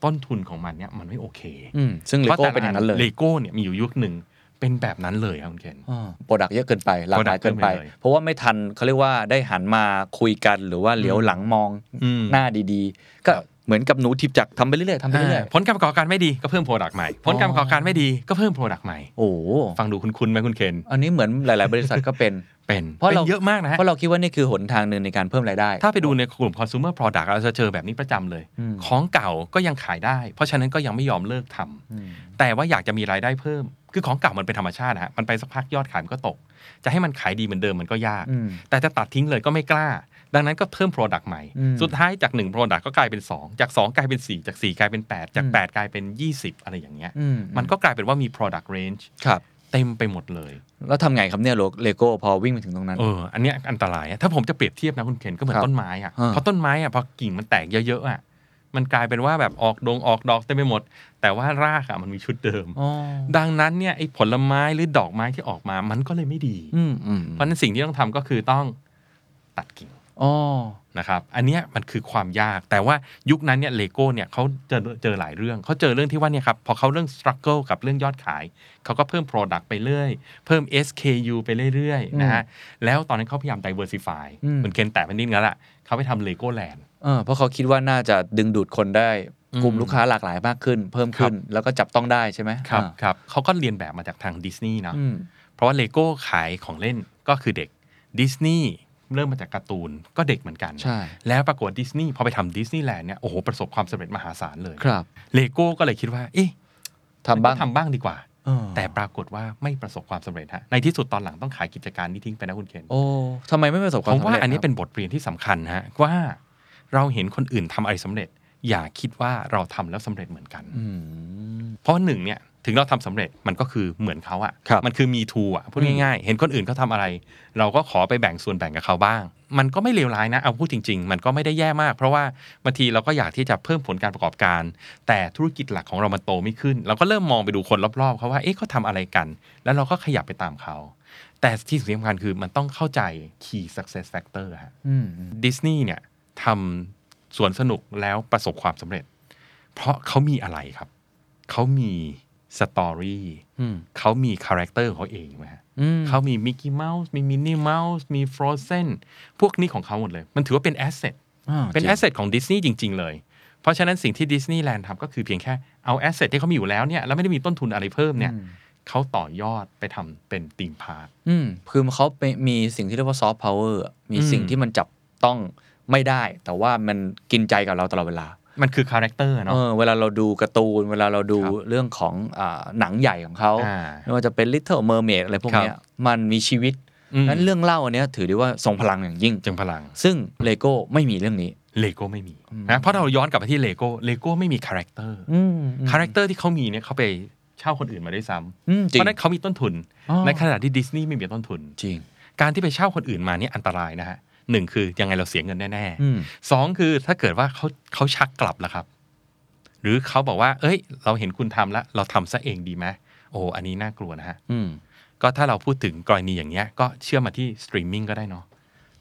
S1: ต้นทุนของมันเนี่ยมันไม่โอเค
S2: อืมซึ่งเล
S1: พราะ
S2: โก้
S1: แต่ะ
S2: เป็นอย่างนั้นเลย
S1: เลโก้เนี่ยมีอยู่ยุคหนึ่งเป็นแบบนั้นเลยครับคุณเคน
S2: โปรดักเยอะเกินไปหลากหลาย
S1: product
S2: เกินไป
S1: เกินไปเลย
S2: เพราะว่าไม่ทันเขาเรียกว่าได้หันมาคุยกันหรือว่าเหลียวหลังมอง
S1: อืม
S2: หน้าดีๆ ก็เหมือนกับหนูทิพจักรทำไปเรื่อยๆทำไปเรื่อย
S1: อ่าผลการประกอบการไม่ดีก็เพิ่มโปรดักต์ใหม่ ผลการประกอบการไม่ดีก็เพิ่มโปรดักต์ใหม่
S2: ๆโอ้โห
S1: ฟังดูคุณคุณไหมคุณเคน
S2: อันนี้เหมือนหลาย ๆ บริษัทก็เป็น
S1: เป็น
S2: เพราะ
S1: ป็น
S2: เรา
S1: เยอะมาก นะฮะ
S2: เพราะเราคิดว่านี่คือหนทางหนึ่งในการเพิ่มรายได้
S1: ถ้าไปดูในกลุ่ม consumer product เราจะเจอแบบนี้ประจำเลย
S2: อืม
S1: ของเก่าก็ยังขายได้ เพราะฉะนั้นก็ยังไม่ยอมเลิกทำ
S2: อืม
S1: แต่ว่าอยากจะมีรายได้เพิ่ม คือของเก่ามันเป็นธรรมชาตินะฮะมันไปสักพักยอดขายมันก็ตก จะให้มันขายดีเหมือนเดิมมันก็ยาก
S2: อืม
S1: แต่จะตัดทิ้งเลยก็ไม่กล้า ดังนั้นก็เพิ่ม Product ใหม่
S2: อืม
S1: สุดท้ายจาก1 Product ก็กลายเป็น 2 จาก 2 กลายเป็น 4 จาก 4 กลายเป็น 8 จาก
S2: อืม
S1: 8 กลายเป็น 20 อะไรอย่างเงี้ย
S2: อื
S1: มันก็กลายเป็นว่ามี product range
S2: ครับ
S1: เต็มไปหมดเลย
S2: แล้วทำไงครับเนี่ยเลโก้พอวิ่งไปถึงตรงนั้น
S1: เออ อันเนี้ยอันตรายอะถ้าผมจะเปรียบเทียบนะคุณเคนก็เหมือ
S2: ครั
S1: น
S2: บ
S1: ต้นไม้อ่ะ
S2: อ่า
S1: พอต้นไม้อ่ะพอกิ่งมันแตกเยอะๆอ่ะ มันกลายเป็นว่าแบบออกดงออกดอกเต็มไปหมด แต่ว่ารากอ่ะมันมีชุดเดิม
S2: อ๋อ
S1: ดังนั้นเนี่ยไอ้ผลไม้หรือดอกไม้ที่ออกมา มันก็เลยไม่ดี
S2: อืมอืม
S1: เพราะฉะนั้นสิ่งที่ต้องทำก็คือต้องตัดกิ่ง
S2: อ๋อ
S1: นะครับ อันเนี้ยมันคือความยาก แต่ว่ายุคนั้นเนี่ยเลโก้เนี่ยเขาเจอเจอหลายเรื่องเขาเจอเรื่องที่ว่าเนี่ยครับพอเขาเรื่อง struggle กับเรื่องยอดขาย เขาก็เพิ่ม Product ไปเรื่อย เพิ่ม SKU ไปเรื่อยๆนะฮะ แล้วตอนนั้นเขาพยายาม diversify
S2: อืม
S1: เหมือนเคนแต่เป็นนิดนึงแล้วล่ะเขาไปทำ Lego Land
S2: เออเพราะเขาคิดว่าน่าจะดึงดูดคนได้กลุ่ม
S1: อืม
S2: ลูกค้าหลากหลายมากขึ้น เพิ่มขึ้นแล้วก็จับต้องได้ใช่ไหม
S1: ครับ
S2: อ่า
S1: ครับเขาก็เรียนแบบมาจากทางดิสนีย์เนาะ
S2: อืม
S1: เพราะว่าเลโก้ขายของเล่นก็คือเด็กดิสนีย์เริ่มมาจากการ์ตูนก็เด็กเหมือนกัน
S2: ใช่
S1: แล้วปรากฏดิสนีย์พอไปทำดิสนีย์แลนด์เนี่ยโอ้โหประสบความสำเร็จมหาศาลเลย
S2: ครับ
S1: เลโก้ก็เลยคิดว่าเอ๊ะ
S2: ทำบ้า
S1: มั
S2: ง
S1: นก็ทำบ้างดีกว่า
S2: เออ
S1: แต่ปรากฏว่าไม่ประสบความสำเร็จฮะในที่สุดตอนหลังต้องขายกิจการนี้ทิ้งไปนะคุณเคน
S2: โอ้ทำไมไม่ประสบ
S1: ผ
S2: ความ
S1: ม
S2: สำ
S1: ว่า
S2: เร็จ
S1: อันนี้
S2: ครับ
S1: เป็นบทเรียนที่สำคัญฮะว่าเราเห็นคนอื่นทำอะไรสำเร็จ อย่าคิดว่าเราทำแล้วสำเร็จเหมือนกัน
S2: อืม
S1: เพราะหนึ่งเนี่ยถึงเราทำสำเร็จมันก็คือเหมือนเขาอะ
S2: ครับ
S1: มันคือมีทูอะพูดง่ายๆ เห็นคนอื่นเขาทำอะไร เราก็ขอไปแบ่งส่วนแบ่งกับเขาบ้าง มันก็ไม่เลวร้ายนะเอาพูดจริง ๆ มันก็ไม่ได้แย่มาก เพราะว่าบางทีเราก็อยากที่จะเพิ่มผลการประกอบการ แต่ธุรกิจหลักของเรามันโตไม่ขึ้น เราก็เริ่มมองไปดูคนรอบๆเขาว่าเอ๊ะเขาทำอะไรกัน แล้วเราก็ขยับไปตามเขา แต่ที่สำคัญคือมันต้องเข้าใจ key success factor ฮะ
S2: อืม
S1: ดิสนีย์เนี่ยทำสวนสนุกแล้วประสบความสำเร็จ เพราะเขามีอะไรครับ เขามีสตอรี่
S2: อืม
S1: เขามีคาแรคเตอร์เขาเองไหมฮะ
S2: อืม
S1: เขามีมิกกี้เมาส์มีมินนี่เมาส์มีฟรอเซนพวกนี้ของเขาหมดเลย มันถือว่าเป็นแอสเซท
S2: อ่า
S1: เป็น
S2: จริง
S1: แอสเซทของดิสนีย์จริง ๆ เลย เพราะฉะนั้นสิ่งที่ดิสนีย์แลนด์ทำก็คือเพียงแค่เอาแอสเซทที่เขามีอยู่แล้วเนี่ยแล้วไม่ได้มีต้นทุนอะไรเพิ่มเนี่ย
S2: อืม
S1: เขาต่อยอดไปทำเป็นตีมพาร์
S2: อืมคือเขาเป็นมีสิ่งที่เรียกว่าซอฟต์พาวเวอร์มีสิ่ง
S1: อืม
S2: ที่มันจับต้องไม่ได้ แต่ว่ามันกินใจกับเราตลอดเวลา
S1: มันคือคาแรคเตอร์
S2: เอ
S1: เนาะ
S2: อเวลาเราดูการ์ตูน เวลาเราดู
S1: ครับ
S2: เรื่องของอาหนังใหญ่ของเขา
S1: อ่า
S2: ไม่ว่าจะเป็น Little Mermaid อะไรพวกเนี้ย
S1: ครับ
S2: มันมีชีวิต
S1: อืม
S2: นั้นเรื่องเล่าอันเนี้ยถือได้ว่าทรงพลังอย่างยิ่ง
S1: จึงพลัง
S2: ซึ่งเลโก้ไม่มีเรื่องนี้
S1: เลโก้ไม่มีนะเพราะเราย้อนกลับไปที่เลโก้เลโก้ไม่มีคาแรคเตอร์
S2: อืมอืม
S1: คาแรคเตอร์ที่เขามีเนี่ยเขาไปเช่าคนอื่นมาได้วยซ้
S2: อืม
S1: ำ
S2: จริ
S1: เพ
S2: ง
S1: ราะฉะนั้นเขามีต้นทุน
S2: อ๋อ
S1: ในขณะที่ดิสนีย์ไม่มีต้นทุน
S2: จริง
S1: การที่ไปเช่าคนอื่นมาเนี่ยอันตรายนะฮะหนึ่งคือยังไงเราเสียเงินแน่
S2: อืม
S1: ๆสองคือถ้าเกิดว่าเขาเขาชักกลับแล้วครับ หรือเขาบอกว่า เอ้ย เราเห็นคุณทำแล้วเราทำซะเองดีไหมโอ้อันนี้น่ากลัวนะฮะ
S2: อืม
S1: ก็ถ้าเราพูดถึงกรณีอย่างเงี้ยก็เชื่อมมาที่สตรีมมิ่งก็ได้เนาะ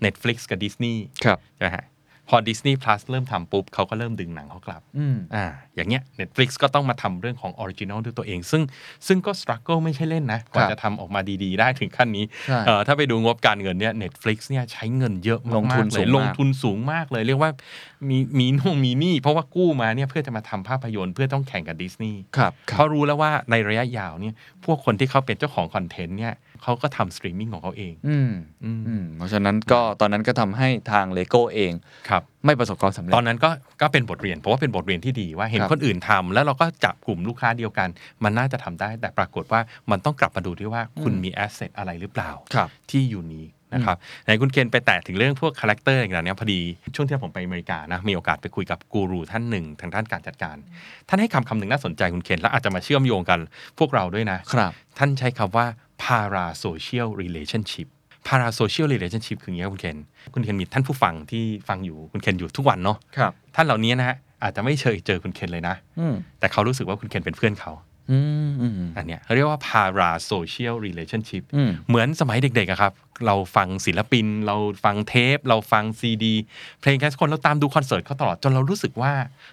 S1: Netflix กับ Disney
S2: ครับ
S1: ใช่ไหมฮะพอ Disney Plus เริ่มทำปุ๊บเขาก็เริ่มดึงหนังเขากลับ
S2: อืม
S1: อ่าอย่างเงี้ย Netflix ก็ต้องมาทำเรื่องของออริจินอลด้วยตัวเอง ซึ่งซึ่งก็สครัลเกิลไม่ใช่เล่นนะกว่า
S2: ครับ
S1: จะทำออกมาดีๆ ได้ถึงขั้นนี้
S2: ใช่
S1: เอ่อถ้าไปดูงบการเงินเนี่ย Netflix เนี่ยใช้เงินเยอะมากๆ
S2: ลงทุนสู
S1: เล
S2: ง
S1: ย
S2: มาก
S1: ลงทุนสูงมากเลย เรียกว่ามีมีนงมีหนี้เพราะว่ากู้มาเนี่ยเพื่อจะมาทำภาพยนตร์เพื่อต้องแข่งกับดิสนีย์
S2: ครับ
S1: เขารู้แล้วว่าในระยะยาวเนี่ยพวกคนที่เขาเป็นเจ้าของคอนเทนต์เนี่ยเขาก็ทำสตรีมมิ่งของเขาเอง
S2: อืม
S1: อืม
S2: อืมเพราะฉะนั้นก็ตอนนั้นก็ทำให้ทางเลโก้เอง
S1: ครับ
S2: ไม่ประสบความสำเร็จ
S1: ตอนนั้นก็ก็เป็นบทเรียนเพราะว่าเป็นบทเรียนที่ดีว่าเห็น
S2: ครับ
S1: คนอื่นทำแล้วเราก็จับกลุ่มลูกค้าเดียวกัน มันน่าจะทำได้ แต่ปรากฏว่ามันต้องกลับมาดูด้วยว่าคุณ
S2: อืม
S1: มีแอสเซทอะไรหรือเปล่า
S2: ครับ
S1: ที่อยู่นี้นะครับไหนคุณเคนไปแตะถึงเรื่องพวกคาแรคเตอร์อย่างเนี้ยพอดีช่วงที่ผมไปอเมริกานะมีโอกาสไปคุยกับกูรูท่านหนึ่งทางด้านการจัดการ ท่านให้คำคำหนึ่งน่าสนใจคุณเคนและอาจจะมาเชื่อมโยงกันพวกเราด้วยนะครับ ท่านใช้คำว่า parasocial relationship parasocial relationship คืออย่างเงี้ยคุณเคนคุณเคนมีท่านผู้ฟังที่ฟังอยู่คุณเคนอยู่ทุกวันเนาะ
S2: ครับ
S1: ท่านเหล่านี้นะฮะอาจจะไม่เชยเจอคุณเคนเลยนะ
S2: อืม
S1: แต่เขารู้สึกว่าคุณเคนเป็นเพื่อนเขา
S2: อืมอืม
S1: อันเนี้ยเขาเรียกว่า para social relationship
S2: อืม
S1: เหมือนสมัยเด็กๆอะครับ เราฟังศิลปิน เราฟังเทป เราฟังซีดี เพลงแคสคนเราตามดูคอนเสิร์ตเขาตลอด จนเรารู้สึกว่า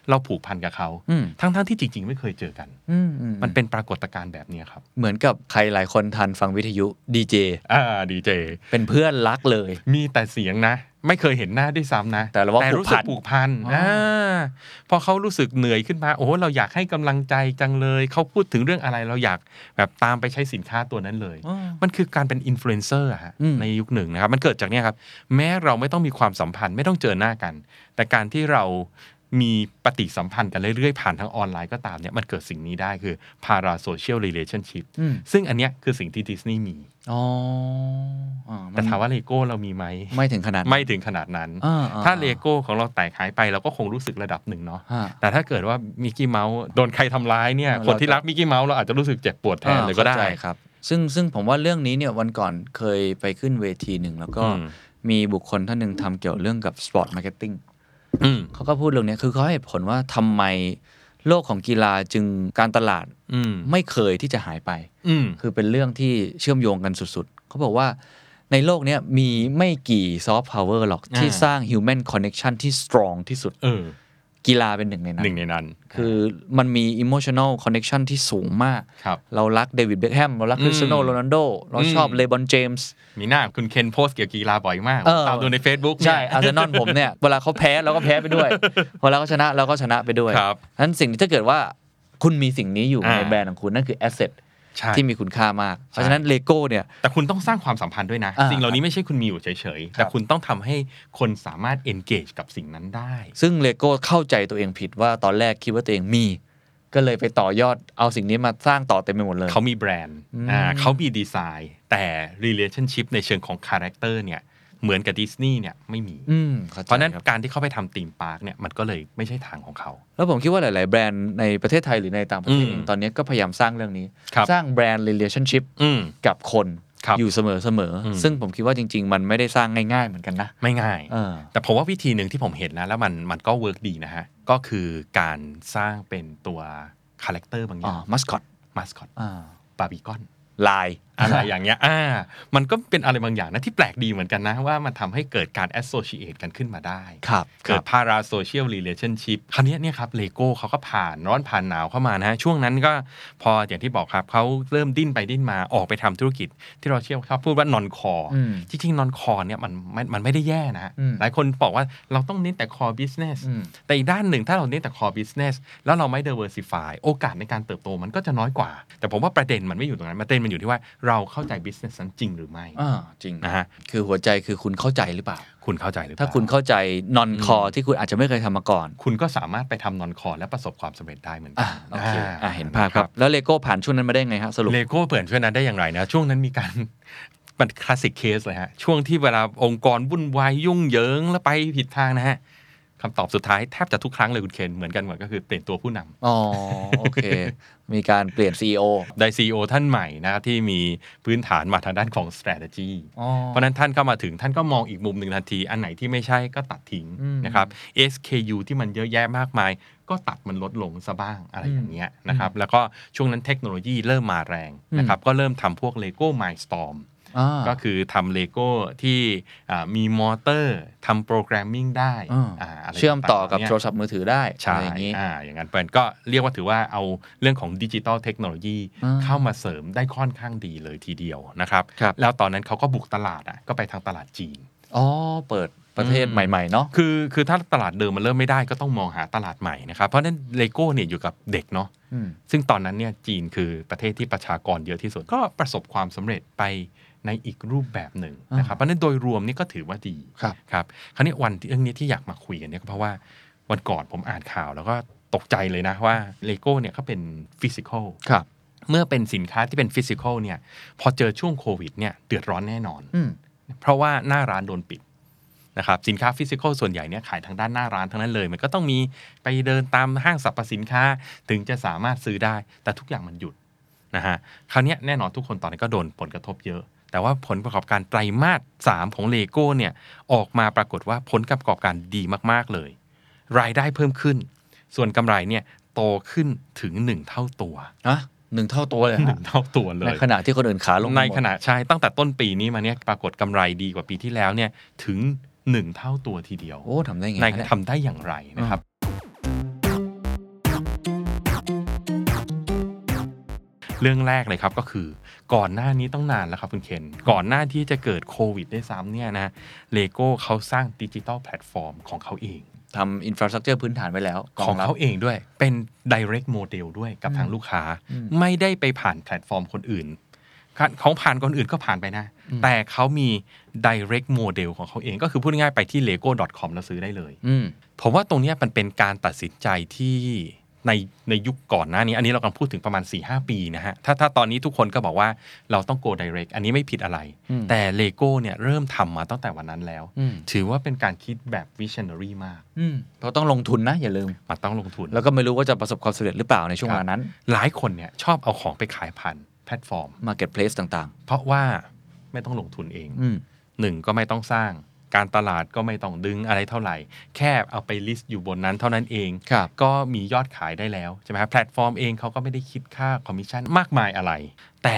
S1: เราผูกพันกับเขา
S2: อืม
S1: ทั้งๆที่จริง ๆ ไม่เคยเจอกัน
S2: อืมอื
S1: มันเป็นปรากฏการณ์แบบเนี้ยครับ
S2: เหมือนกับใครหลายคนทันฟังวิทยุดีเจ
S1: อ่าดีเจ
S2: เป็นเพื่อนรักเลย
S1: มีแต่เสียงนะ ไม่เคยเห็นหน้าด้วยซ้ำนะ
S2: แต่เราว่าผูก
S1: รู้
S2: พั
S1: สึก
S2: น
S1: ผูกพัน
S2: อ๋ออ่
S1: าพอเขารู้สึกเหนื่อยขึ้นมา โอ้โหเราอยากให้กำลังใจจังเลย เขาพูดถึงเรื่องอะไรเราอยากแบบตามไปใช้สินค้าตัวนั้นเลย
S2: อ๋อ
S1: มันคือการเป็นอินฟลูเอนเซอร์ฮะ
S2: อืม
S1: ในยุคหนึ่งนะครับ มันเกิดจากเนี่ยครับแม้เราไม่ต้องมีความสัมพันธ์ไม่ต้องเจอหน้ากัน แต่การที่เรามีปฏิสัมพันธ์กันเรื่อยๆ ผ่านทางออนไลน์ก็ตามเนี่ยมันเกิดสิ่งนี้ได้คือ para social relationship
S2: อืม
S1: ซึ่งอันเนี้ยคือสิ่งที่ดิสนีย์มี
S2: อ๋ออ่น
S1: แต่ถามว่าเลโก้เรามีไหม
S2: ไม่ถึงขนาดนั้น
S1: ไม่ถึงขนาดนั้น
S2: อ่อ่
S1: ถ้าเลโก้ของเราแตกหายไปเราก็คงรู้สึกระดับหนึ่งเนาะ
S2: อ่า
S1: แต่ถ้าเกิดว่ามิกกี้เมาส์โดนใครทำร้ายเนี่ย
S2: เรา
S1: คนที่
S2: จะ
S1: รักมิกกี้เมาส์เราอาจจะรู้สึกเจ็บปวดแทน
S2: อ่า
S1: เลยก็ได้
S2: ข้าใจครับ ซึ่งซึ่งผมว่าเรื่องนี้เนี่ยวันก่อนเคยไปขึ้นเวทีหนึ่งแล้วก็
S1: อืม
S2: มีบุคคลท่านหนึ่งทำเกี่ยวเรื่องกับสปอร์ตมาร์เก็ตติ้ง
S1: อืม
S2: เขาก็พูดเรื่องเนี้ยคือเขาให้เหตุผลว่าทำไมโลกของกีฬาจึงการตลาด
S1: อืม
S2: ไม่เคยที่จะหายไป
S1: อืม
S2: คือเป็นเรื่องที่เชื่อมโยงกันสุดๆ เขาบอกว่าในโลกเนี้ยมีไม่กี่ซอฟต์พาวเวอร์หรอกที่สร้าง Human Connection ที่ strong ที่สุด
S1: เออ
S2: กีฬาเป็นหนึ่งในนั้
S1: หนึ่ง
S2: น
S1: ในนั้น
S2: คือมันมี emotional connection ที่สูงมาก
S1: ครับ
S2: เรารักเดวิดเบคแฮมเรารักคริสเตียโนโรนัลโดเราชอบ
S1: อืม
S2: เลบอนเจมส์
S1: มีหน้าคุณเคนโพสต์เกี่ยวกับกีฬาบ่อยมาก
S2: เออ
S1: ตามดูใน Facebook เนี่ย
S2: ใช่ อาร์เซนอลผมเนี่ย เวลาเขาแพ้เราก็แพ้ไปด้วย เวลาเขาชนะเราก็ชนะไปด้วย
S1: ครับ
S2: ฉะนั้นสิ่งที่ถ้าเกิดว่าคุณมีสิ่งนี้อยู่
S1: อ่า
S2: ในแบรนด์ของคุณ นั่นคือแอสเซท
S1: ใช่
S2: ที่มีคุณค่ามาก เพราะฉะนั้นเลโก้เนี่ย
S1: แต่คุณต้องสร้างความสัมพันธ์ด้วยนะ
S2: อ่า
S1: สิ่งเหล่านี้ไม่ใช่คุณมีอยู่เฉยๆ แต่คุณต้องทำให้คนสามารถ engage กับสิ่งนั้นได้
S2: ซึ่งเลโก้เข้าใจตัวเองผิดว่าตอนแรกคิดว่าตัวเองมี ก็เลยไปต่อยอดเอาสิ่งนี้มาสร้างต่อเต็มไปหมดเลย
S1: เขามีแบรนด์
S2: อืม
S1: อ่าเขามีดีไซน์ แต่ relationship ในเชิงของคาแรคเตอร์เนี่ย เหมือนกับดิสนีย์เนี่ยไม่มี
S2: อืม
S1: เพราะฉะนั้น
S2: ข้ใจคบ
S1: การที่เขาไปทำตีมพาร์คเนี่ยมันก็เลยไม่ใช่ทางของเขา
S2: แล้วผมคิดว่าหลาย ๆ แบรนด์ในประเทศไทยหรือในต่างประเทศ
S1: อืม
S2: เองตอนนี้ก็พยายามสร้างเรื่องนี้
S1: ครับ
S2: สร้างแบรนด์ relationship
S1: อืม
S2: กับคน
S1: ครับ
S2: อยู่เสมอเสมอๆ
S1: อืม
S2: ซึ่งผมคิดว่าจริง ๆ มันไม่ได้สร้างง่าย ๆ เหมือนกันนะ
S1: ไม่ง่าย
S2: เออ
S1: แต่ผมว่าวิธีหนึ่งที่ผมเห็นนะ แล้วมันมันก็เวิร์กดีนะฮะ ก็คือการสร้างเป็นตัวคาแรคเตอร์บางอ
S2: อ๋อย่าง มัสคอต
S1: มาสคอตบาร์บีคอน
S2: ลาย
S1: อะไรอย่างเงี้ยอ่ามันก็เป็นอะไรบางอย่างนะที่แปลกดีเหมือนกันนะ ว่ามันทำให้เกิดการ associate กันขึ้นมาได้
S2: ครับค
S1: เกิ
S2: รั
S1: ด
S2: บ
S1: para social relationship คราวเนี้ยเนี่ยครับเลโก้เขาก็ผ่านร้อนผ่านหนาวเข้ามานะฮะ ช่วงนั้นก็พออย่างที่บอกครับเขาเริ่มดิ้นไปดิ้นมาออกไปทำธุรกิจที่เราเชื่อครับพูดว่านอนคอ
S2: อืม
S1: จริงๆนอนคอเนี่ยมันไม่มันไม่ได้แย่นะฮะ
S2: อืม
S1: หลายคนบอกว่าเราต้องเน้นแต่ core business
S2: อืม
S1: แต่อีกด้านหนึ่งถ้าเราเน้นแต่ core business แล้วเราไม่ diversify โอกาสในการเติบโตมันก็จะน้อยกว่า แต่ผมว่าประเด็นมันไม่อยู่ตรงนั้นประเด็นมันอยู่ที่ว่าเราเข้าใจ business นั้นจริงหรือไม่
S2: อ่าจริง
S1: นะฮะ
S2: คือหัวใจคือคุณเข้าใจหรือเปล่า
S1: คุณเข้าใจหรือเปล่า
S2: ถ้าคุณเข้าใจนอนคอที่คุณอาจจะไม่เคยทำมาก่อน
S1: คุณก็สามารถไปทำนอนคอร์และประสบความสำเร็จได้เหมือนกั
S2: อ่าโอเคอ่า
S1: อ่า
S2: เห็นภาพครับ แล้วเลโก้ผ่านช่วงนั้นมาได้ไงฮะสรุป
S1: เลโก้เปิดช่วงนั้นได้อย่างไรนะ ช่วงนั้นมีการ มันคลาสสิกเคสเลยฮะ ช่วงที่เวลาองค์กรวุ่นวายยุ่งเหยิงแล้วไปผิดทางนะฮะคำตอบสุดท้ายแทบจะทุกครั้งเลยคุณเคนเหมือนกันหมดก็คือเปลี่ยนตัวผู้นำ
S2: อ๋อ โอเค มีการเปลี่ยน CEO
S1: ได้ซีอท่านใหม่นะครับที่มีพื้นฐานมาทางด้านของ strategy
S2: อ๋อ
S1: เพราะฉะนั้นท่านเข้ามาถึงท่านก็มองอีกมุมหนึ่งทันที อันไหนที่ไม่ใช่ก็ตัดทิ้ง
S2: อืม
S1: นะครับ SKU ที่มันเยอะแยะมากมาย ก็ตัดมันลดลงซะบ้างอะไรอย่างเงี้ยนะครับ แล้วก็ช่วงนั้นเทคโนโลยีเริ่มมาแรงนะครับ ก็เริ่มทำพวก Lego Mindstorm
S2: อ่า
S1: ก็คือทำเลโก้ที่อ่ามีมอเตอร์ทำโปรแกรมมิ่งได้
S2: อ่า
S1: าะไร
S2: เชื่อมต่อกับ
S1: างๆเนี่ย
S2: โทรศัพท์มือถือได้อะ
S1: ใช่
S2: ไรอย่างนี้
S1: อ่าอย่างนั้นเป็นก็เรียกว่าถือว่าเอาเรื่องของดิจิตอลเทคโนโลยี
S2: อ่า
S1: เข้ามาเสริมได้ค่อนข้างดีเลยทีเดียวนะครับ
S2: ครับ
S1: แล้วตอนนั้นเขาก็บุกตลาดอ่ะก็ไปทางตลาดจีน
S2: อ๋อ เปิดประเทศ
S1: อืม
S2: ใหม่ ๆ เนาะ
S1: คือคือถ้าตลาดเดิมมันเริ่มไม่ได้ก็ต้องมองหาตลาดใหม่นะครับ เพราะฉะนั้นเลโก้เนี่ยอยู่กับเด็กเนาะ
S2: อืม
S1: ซึ่งตอนนั้นเนี่ยจีนคือประเทศที่ประชากรเยอะที่สุด ก็ประสบความสำเร็จไปในอีกรูปแบบหนึ่งนะครับเพราะฉะนั้นโดยรวมนี่ก็ถือว่าดี
S2: ครับ
S1: ครับคราวนี้วันที่เรื่องนี้ที่อยากมาคุยกันเนี่ยก็เพราะว่าวันก่อนผมอ่านข่าวแล้วก็ตกใจเลยนะว่าเลโก้เนี่ยเขาเป็นฟิสิกอล
S2: ครับ
S1: เมื่อเป็นสินค้าที่เป็นฟิสิกอลเนี่ยพอเจอช่วงโควิดเนี่ยเดือดร้อนแน่นอน
S2: อืม
S1: เพราะว่าหน้าร้านโดนปิดนะครับสินค้าฟิสิกอลส่วนใหญ่เนี่ยขายทางด้านหน้าร้านทั้งนั้นเลย มันก็ต้องมีไปเดินตามห้างสรรพสินค้าถึงจะสามารถซื้อได้ แต่ทุกอย่างมันหยุดนะฮะคราวเนี้ยแน่นอนทุกคนตอนนี้ก็โดนผลกระทบเยอะ แต่ว่าผลประกอบการไตรมาส 3 ของเลโก้เนี่ยออกมาปรากฏว่าผลประกอบการดีมาก ๆ เลย รายได้เพิ่มขึ้น ส่วนกำไรเนี่ยโตขึ้นถึง 1 เท่าตัว
S2: อ่ะหนึ่งเท่าตัวเลย
S1: ห
S2: ฮะ
S1: นึ่งเท่าตัวเลย
S2: ในขณะที่คนอื่นขาลง
S1: ใน
S2: หมด
S1: ขณะใช่ตั้งแต่ต้นปีนี้มาเนี่ยปรากฏกำไรดีกว่าปีที่แล้วเนี่ยถึง 1 เท่าตัวทีเดียว
S2: โอ้ทำได้ไง
S1: ใน
S2: ฮะเนี่ย
S1: ทำได้อย่างไรนะครับ เรื่องแรกเลยครับก็คือก่อนหน้านี้ต้องนานแล้วครับคุณเคน ก่อนหน้าที่จะเกิดโควิดได้วยซ้ำเนี่ยนะเลโก้เขาสร้างดิจิทัลแพลตฟอร์มของเขาเอง
S2: ทำอินฟราสตรักเจอร์พื้นฐานไว้แล้วร
S1: ของ
S2: รับ
S1: เขาเองด้วยเป็น direct model ด้วยกับทางลูกค้า ไม่ได้ไปผ่านแพลตฟอร์มคนอื่นค่ะของผ่านคนอื่นก็ผ่านไปนะ แต่เขามี direct model ของเขาเองก็คือพูดง่ายๆไปที่ lego.com แล้วซื้อได้เลย
S2: อืม
S1: ผมว่าตรงเนี้ยมันเป็นการตัดสินใจที่ในในยุคก่อนหน้านี้ อันนี้เรากำลังพูดถึงประมาณ 4-5หปีนะฮะ ถ้าถ้าตอนนี้ทุกคนก็บอกว่าเราต้อง go direct อันนี้ไม่ผิดอะไร
S2: อืม
S1: แต่เลโก้เนี่ยเริ่มทำมาตั้งแต่วันนั้นแล้ว
S2: อืม
S1: ถือว่าเป็นการคิดแบบ visionary มาก
S2: อืมเพราะต้องลงทุนนะ อย่าลืม
S1: มันต้องลงทุน
S2: แล้วก็ไม่รู้ว่าจะประสบความสำเร็จหรือเปล่าในช่วงเวลานั้น
S1: หลายคนเนี่ยชอบเอาของไปขายผ่านแพลตฟอร์ม
S2: Marketplace ต่าง
S1: เพราะว่าไม่ต้องลงทุนเอง
S2: ๆ อืม
S1: หนึ่งก็ไม่ต้องสร้างการตลาดก็ไม่ต้องดึงอะไรเท่าไหร่ แค่เอาไปลิสต์อยู่บนนั้นเท่านั้นเอง
S2: ครับ
S1: ก็มียอดขายได้แล้วใช่ไหมครับแพลตฟอร์มเองเขาก็ไม่ได้คิดค่าคอมมิชชั่นมากมายอะไร แต่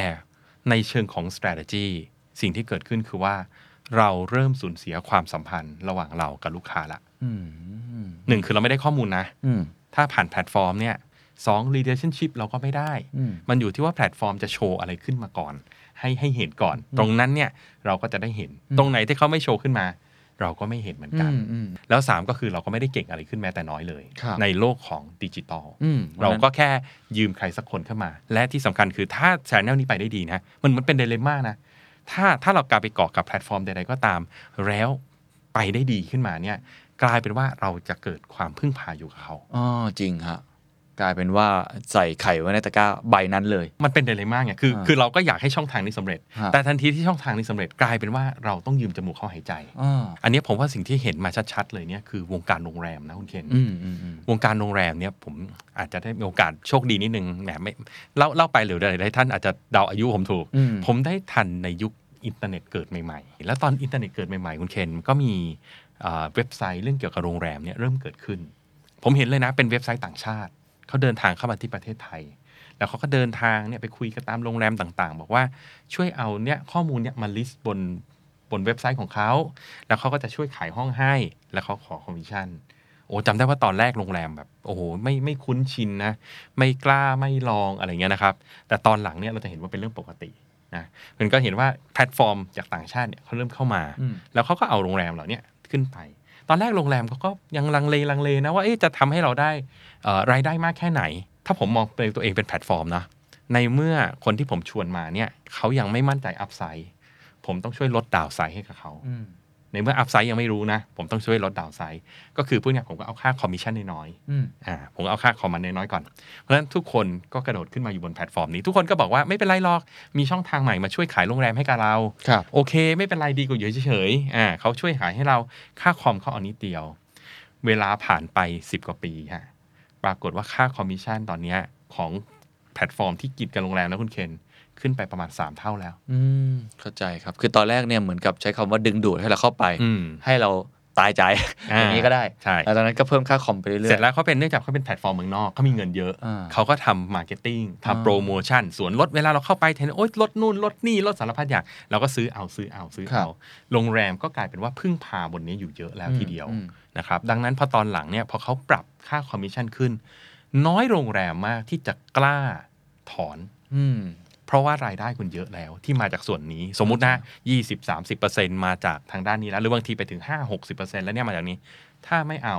S1: ในเชิงของ strategy สิ่งที่เกิดขึ้นคือว่า เราเริ่มสูญเสียความสัมพันธ์ระหว่างเรากับลูกค้าละ
S2: อืม
S1: หนึ่งคือเราไม่ได้ข้อมูลนะ
S2: อืม
S1: ถ้าผ่านแพลตฟอร์มเนี่ยสอง relationship เราก็ไม่ได้
S2: อืม
S1: มันอยู่ที่ว่าแพลตฟอร์มจะโชว์อะไรขึ้นมาก่อน ให้ให้เห็นก่อน ตรงนั้นเนี่ยเราก็จะได้เห็น ตรงไหนที่เขาไม่โชว์ขึ้นมา เราก็ไม่เห็นเหมือนกัน
S2: อืมอืม
S1: แล้ว 3 ก็คือเราก็ไม่ได้เก่งอะไรขึ้นแม้แต่น้อยเลย
S2: ครับ
S1: ในโลกของดิจิตอล
S2: อืม
S1: เราก็แค่ยืมใครสักคนเข้ามา และที่สำคัญคือถ้าชแนลนี้ไปได้ดีนะ มันมันเป็นเดเลม่านะถ้าถ้าเรากลับไปเกาะกับแพลตฟอร์มใดๆก็ตาม แล้วไปได้ดีขึ้นมาเนี่ยกลายเป็นว่าเราจะเกิดความพึ่งพาอยู่กับเขา
S2: อ๋อจริงฮะกลายเป็นว่าใส่ไข่ไว้ในตะกร้าใบนั้นเลย
S1: มันเป็นเดเลม่าไง คือ
S2: อ่า
S1: คือเราก็อยากให้ช่องทางนี้สำเร็จ
S2: ฮะ
S1: แต่ทันทีที่ช่องทางนี้สำเร็จกลายเป็นว่าเราต้องยืมจมูกเข้าหายใจ
S2: อ๋อ
S1: อันนี้ผมว่าสิ่งที่เห็นมาชัดๆเลยเนี่ยคือวงการโรงแรมนะคุณเคน
S2: อืมอืมอืม
S1: วงการโรงแรมเนี่ยผมอาจจะได้มีโอกาสโชคดีนิดนึง แหมไม่เล่าเล่าไปหรือหลายๆท่านอาจจะเดาอายุผมถูก
S2: อืม
S1: ผมได้ทันในยุคอินเทอร์เน็ตเกิดใหม่ๆ แล้วตอนอินเทอร์เน็ตเกิดใหม่ๆ คุณเคนก็มีเอ่อเว็บไซต์เรื่องเกี่ยวกับโรงแรมเนี่ยเริ่มเกิดขึ้น ผมเห็นเลยนะเป็นเว็บไซต์ต่างชาติ เขาเดินทางเข้ามาที่ประเทศไทย แล้วเขาก็เดินทางเนี่ยไปคุยกับตามโรงแรมต่างๆ บอกว่าช่วยเอาเนี่ยข้อมูลเนี่ยมาลิสต์บนบนเว็บไซต์ของเขา แล้วเขาก็จะช่วยขายห้องให้ แล้วเขาขอคอมมิชชั่น โอ้จำได้ว่าตอนแรกโรงแรมแบบ โอ้โหไม่ไม่คุ้นชินนะ ไม่กล้าไม่ลองอะไรเงี้ยนะครับ แต่ตอนหลังเนี่ยเราจะเห็นว่าเป็นเรื่องปกตินะมันก็เห็นว่าแพลตฟอร์มจากต่างชาติเนี่ยเขาเริ่มเข้ามา
S2: อืม
S1: แล้วเขาก็เอาโรงแรมเหล่าเนี้ยขึ้นไป ตอนแรกโรงแรมเขาก็ยังลังเลลังเลนะว่าเอ๊ะจะทำให้เราได้เอ่อรายได้มากแค่ไหน ถ้าผมมองเป็นตัวเองเป็นแพลตฟอร์มนะในเมื่อคนที่ผมชวนมาเนี่ยเขายังไม่มั่นใจอัพไซด์ผมต้องช่วยลดดาวไซด์ให้กับเขา
S2: อืม
S1: ในเมื่ออัพไซด์ยังไม่รู้นะ ผมต้องช่วยลดดาวไซด์ก็คือพูดง่ายๆผมก็เอาค่าคอมมิชชั่นน้อย
S2: อืม
S1: ๆอ่าผมเอาค่าคอมมันน้อยๆก่อน เพราะฉะนั้นทุกคนก็กระโดดขึ้นมาอยู่บนแพลตฟอร์มนี้ ทุกคนก็บอกว่าไม่เป็นไรหรอก มีช่องทางใหม่มาช่วยขายโรงแรมให้กับเรา
S2: ครับ
S1: โอเค ไม่เป็นไรดีกว่าอยู่เฉยๆอ่าเขาช่วยขายให้เราค่าคอมเขาเอานิดเดียว เวลาผ่านไป 10 กว่าปีฮะปรากฏว่าค่าคอมมิชชั่นตอนเนี้ยของแพลตฟอร์มที่กินกับโรงแรมนะคุณเคนขึ้นไปประมาณสามเท่าแล้ว
S2: อืมเข้าใจครับ คือตอนแรกเนี่ยเหมือนกับใช้คำว่าดึงดูดให้เราเข้าไป
S1: อืม
S2: ให้เรา ตายใจ
S1: อ่า
S2: อย่างนี้ก็ได้
S1: ใช่
S2: แล้วตอนนั้นก็เพิ่มค่าคอมไปเรื่อยๆ
S1: เสร็จแล้วเขาเป็นเนื่องจากเขาเป็นแพลตฟอร์มเมืองนอกเขามีเงินเยอะ
S2: อ่า
S1: เขาก็ทำมาร์เก็ตติ้ง
S2: อ่า
S1: ทำโปรโมชั่นสวนลดเวลาเราเข้าไปเห็นโอ๊ยลดนู่นลดนี่ลดสารพัดอย่างเราก็ซื้อเอาซื้อเอาซื้อเอาโรงแรมก็กลายเป็นว่าพึ่งพาบนนี้อยู่เยอะแล้วทีเดียว
S2: อืม
S1: นะครับดังนั้นพอตอนหลังเนี่ยพอเขาปรับค่าคอมมิชชั่นขึ้น น้อยโรงแรมมากที่จะกล้าถอน
S2: อืม
S1: เพราะว่ารายได้คุณเยอะแล้วที่มาจากส่วนนี้สมมุตินะ 20 30 มาจากทางด้านนี้แล้วหรือบางทีไปถึง 5 60 แล้วเนี่ยมาจากนี้ ถ้าไม่เอา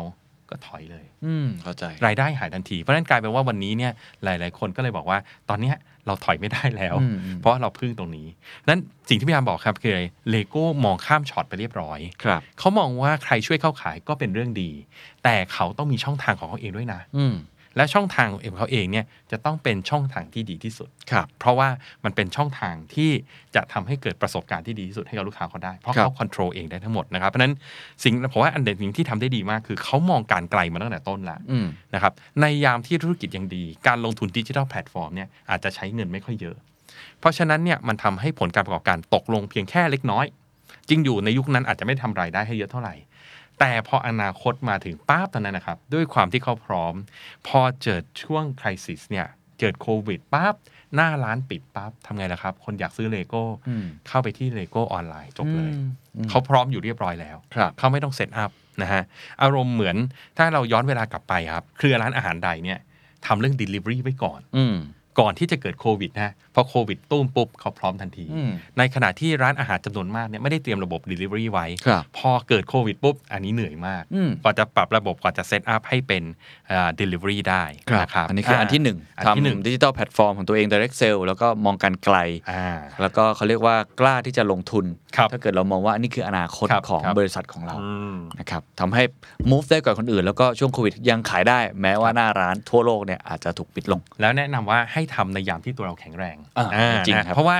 S1: ก็ถอยเลย
S2: อืม เข้าใจ
S1: รายได้หายทันที เพราะฉะนั้นกลายเป็นว่าวันนี้เนี่ยหลาย ๆ คนก็เลยบอกว่าตอนเนี้ยเราถอยไม่ได้แล้ว
S2: อืมอืม
S1: เพราะเราพึ่งตรงนี้นั้นสิ่งที่พยายามบอกครับคือเลโก้มองข้ามช็อตไปเรียบร้อย
S2: ครับ
S1: เขามองว่าใครช่วยเข้าขายก็เป็นเรื่องดี แต่เขาต้องมีช่องทางของเขาเองด้วยนะ
S2: อืม
S1: และช่องทางของเขาเองเนี่ยจะต้องเป็นช่องทางที่ดีที่สุด
S2: ครับ
S1: เพราะว่ามันเป็นช่องทางที่จะทำให้เกิดประสบการณ์ที่ดีที่สุดให้กับลูกค้าเขาได้ เพราะ
S2: ครับ
S1: เขาควบคุมเองได้ทั้งหมดนะครับเพราะฉะนั้นสิ่งผมว่าอันเด่นสิ่งที่ทำได้ดีมากคือเขามองการไกลมาตั้งแต่ต้นละ
S2: อืม
S1: นะครับในยามที่ธุรกิจยังดี การลงทุนดิจิทัลแพลตฟอร์มเนี่ยอาจจะใช้เงินไม่ค่อยเยอะ เพราะฉะนั้นเนี่ยมันทำให้ผลการประกอบการตกลงเพียงแค่เล็กน้อย จริงอยู่ในยุคนั้นอาจจะไม่ได้ทำรายได้ให้เยอะเท่าไหร่ แต่พออนาคตมาถึงป้าบตอนนั้นนะครับ ด้วยความที่เขาพร้อม พอเจอช่วงคริสิสเนี่ยเจอโควิดปั๊บหน้าร้านปิดปั๊บทำไงล่ะครับ คนอยากซื้อเลโก้
S2: อืม
S1: เข้าไปที่เลโก้ออนไลน์จบเลย
S2: อืม
S1: เขาพร้อมอยู่เรียบร้อยแล้ว
S2: ครับ
S1: เขาไม่ต้องเซตอัพนะฮะ อารมณ์เหมือนถ้าเราย้อนเวลากลับไปครับ เครือร้านอาหารใดเนี่ยทำเรื่อง Delivery ไว้ก่อน
S2: อืม
S1: ก่อนที่จะเกิดโควิดนะฮะพอโควิดตุ้มปุ๊บเขาพร้อมทันที
S2: อืม
S1: ในขณะที่ร้านอาหารจำนวนมากเนี่ยไม่ได้เตรียมระบบ Delivery ไว้
S2: ครับ
S1: พอเกิดโควิดปุ๊บ อันนี้เหนื่อยมาก
S2: อืม
S1: กว่าจะปรับระบบกว่าจะเซตอัพให้เป็นเอ่อ delivery ได้นะครับ
S2: อันนี้คืออันที่หนึ่ง
S1: อันที่หนึ่ง
S2: ทำดิจิ t a ลแพลตฟอร์มของตัวเอง direct sell แล้วก็มองการไกล
S1: อ่า
S2: แล้วก็เขาเรียกว่ากล้าที่จะลงทุน
S1: ครับ
S2: ถ้าเกิดเรามองว่าอันนี้คืออนาคต
S1: ครับ
S2: ของ
S1: ครับ
S2: บริษัทของเรา
S1: อืม
S2: นะครับทำให้ move ได้ก่อนคนอื่น แล้วก็ช่วงโควิดยังขายได้ แม้ว่าหน้าร้านทั่วโลกเนี่ยอาจจะถูกปิดลง
S1: แล้วแนะนำว่าให้ทำในยามที่ตัวเราแข็งแรง
S2: อ่า
S1: อ่า
S2: จริง
S1: นะครับ เพราะว่า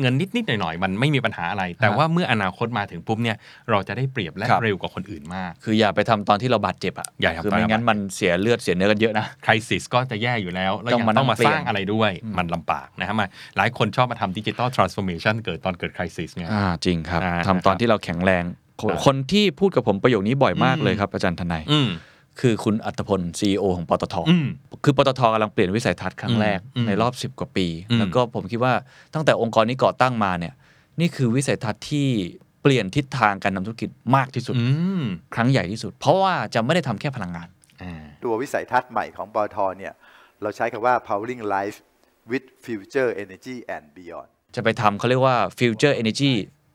S1: เงินนิด ๆ หน่อย ๆ มันไม่มีปัญหาอะไร แต่
S2: ฮะ
S1: ว่าเมื่ออนาคตมาถึงปุ๊บเนี่ยเราจะได้เปรียบและ
S2: ครับ
S1: เร็วกว่าคนอื่นมาก
S2: คืออย่าไปทำตอนที่เราบาดเจ็บอ่ะ
S1: อย่าทำ
S2: คือ
S1: ตอน
S2: ไม่
S1: เรา
S2: งั้นมันเสียเลือดเสียเนื้อกันเยอะนะ
S1: คริสิสก็จะแย่อยู่แล้ว แล้ว
S2: ต้อ
S1: ยังง
S2: มานั่ง
S1: ต้องมา
S2: เปลี่ยน
S1: สร้างอะไรด้วยมันลำบากนะฮะมาหลายคนชอบมาทำดิจิ t a ลทรานส์ฟอร์เมชันเกิดตอนเกิดคริสิสไง
S2: ่าจริงครับ
S1: อ่า
S2: ทำตอนที่เราแข็งแรงคน
S1: ครับ
S2: คนที่พูดกับผมประโยคนี้บ่อยมาก
S1: อืม
S2: เลยครับอาจารย์ทนาย
S1: อืม
S2: คือคุณอัตพล CEO ของปตท
S1: อืม
S2: คือปตทกำลังเปลี่ยนวิสัยทัศน์ครั้งแรก
S1: อืม
S2: ในรอบ 10 กว่าปี
S1: อืม
S2: แล้วก็ผมคิดว่าตั้งแต่องค์กรนี้ก่อตั้งมาเนี่ยนี่คือวิสัยทัศน์ที่เปลี่ยนทิศทางการนำธุรกิจมากที่สุด
S1: อืม
S2: ครั้งใหญ่ที่สุด เพราะว่าจะไม่ได้ทำแค่พลังงาน
S1: อ่า
S5: ตัววิสัยทัศน์ใหม่ของปอทเนี่ย เราใช้คำว่า powering life with future energy and beyond
S2: จะไปทำเขาเรียกว่า future energy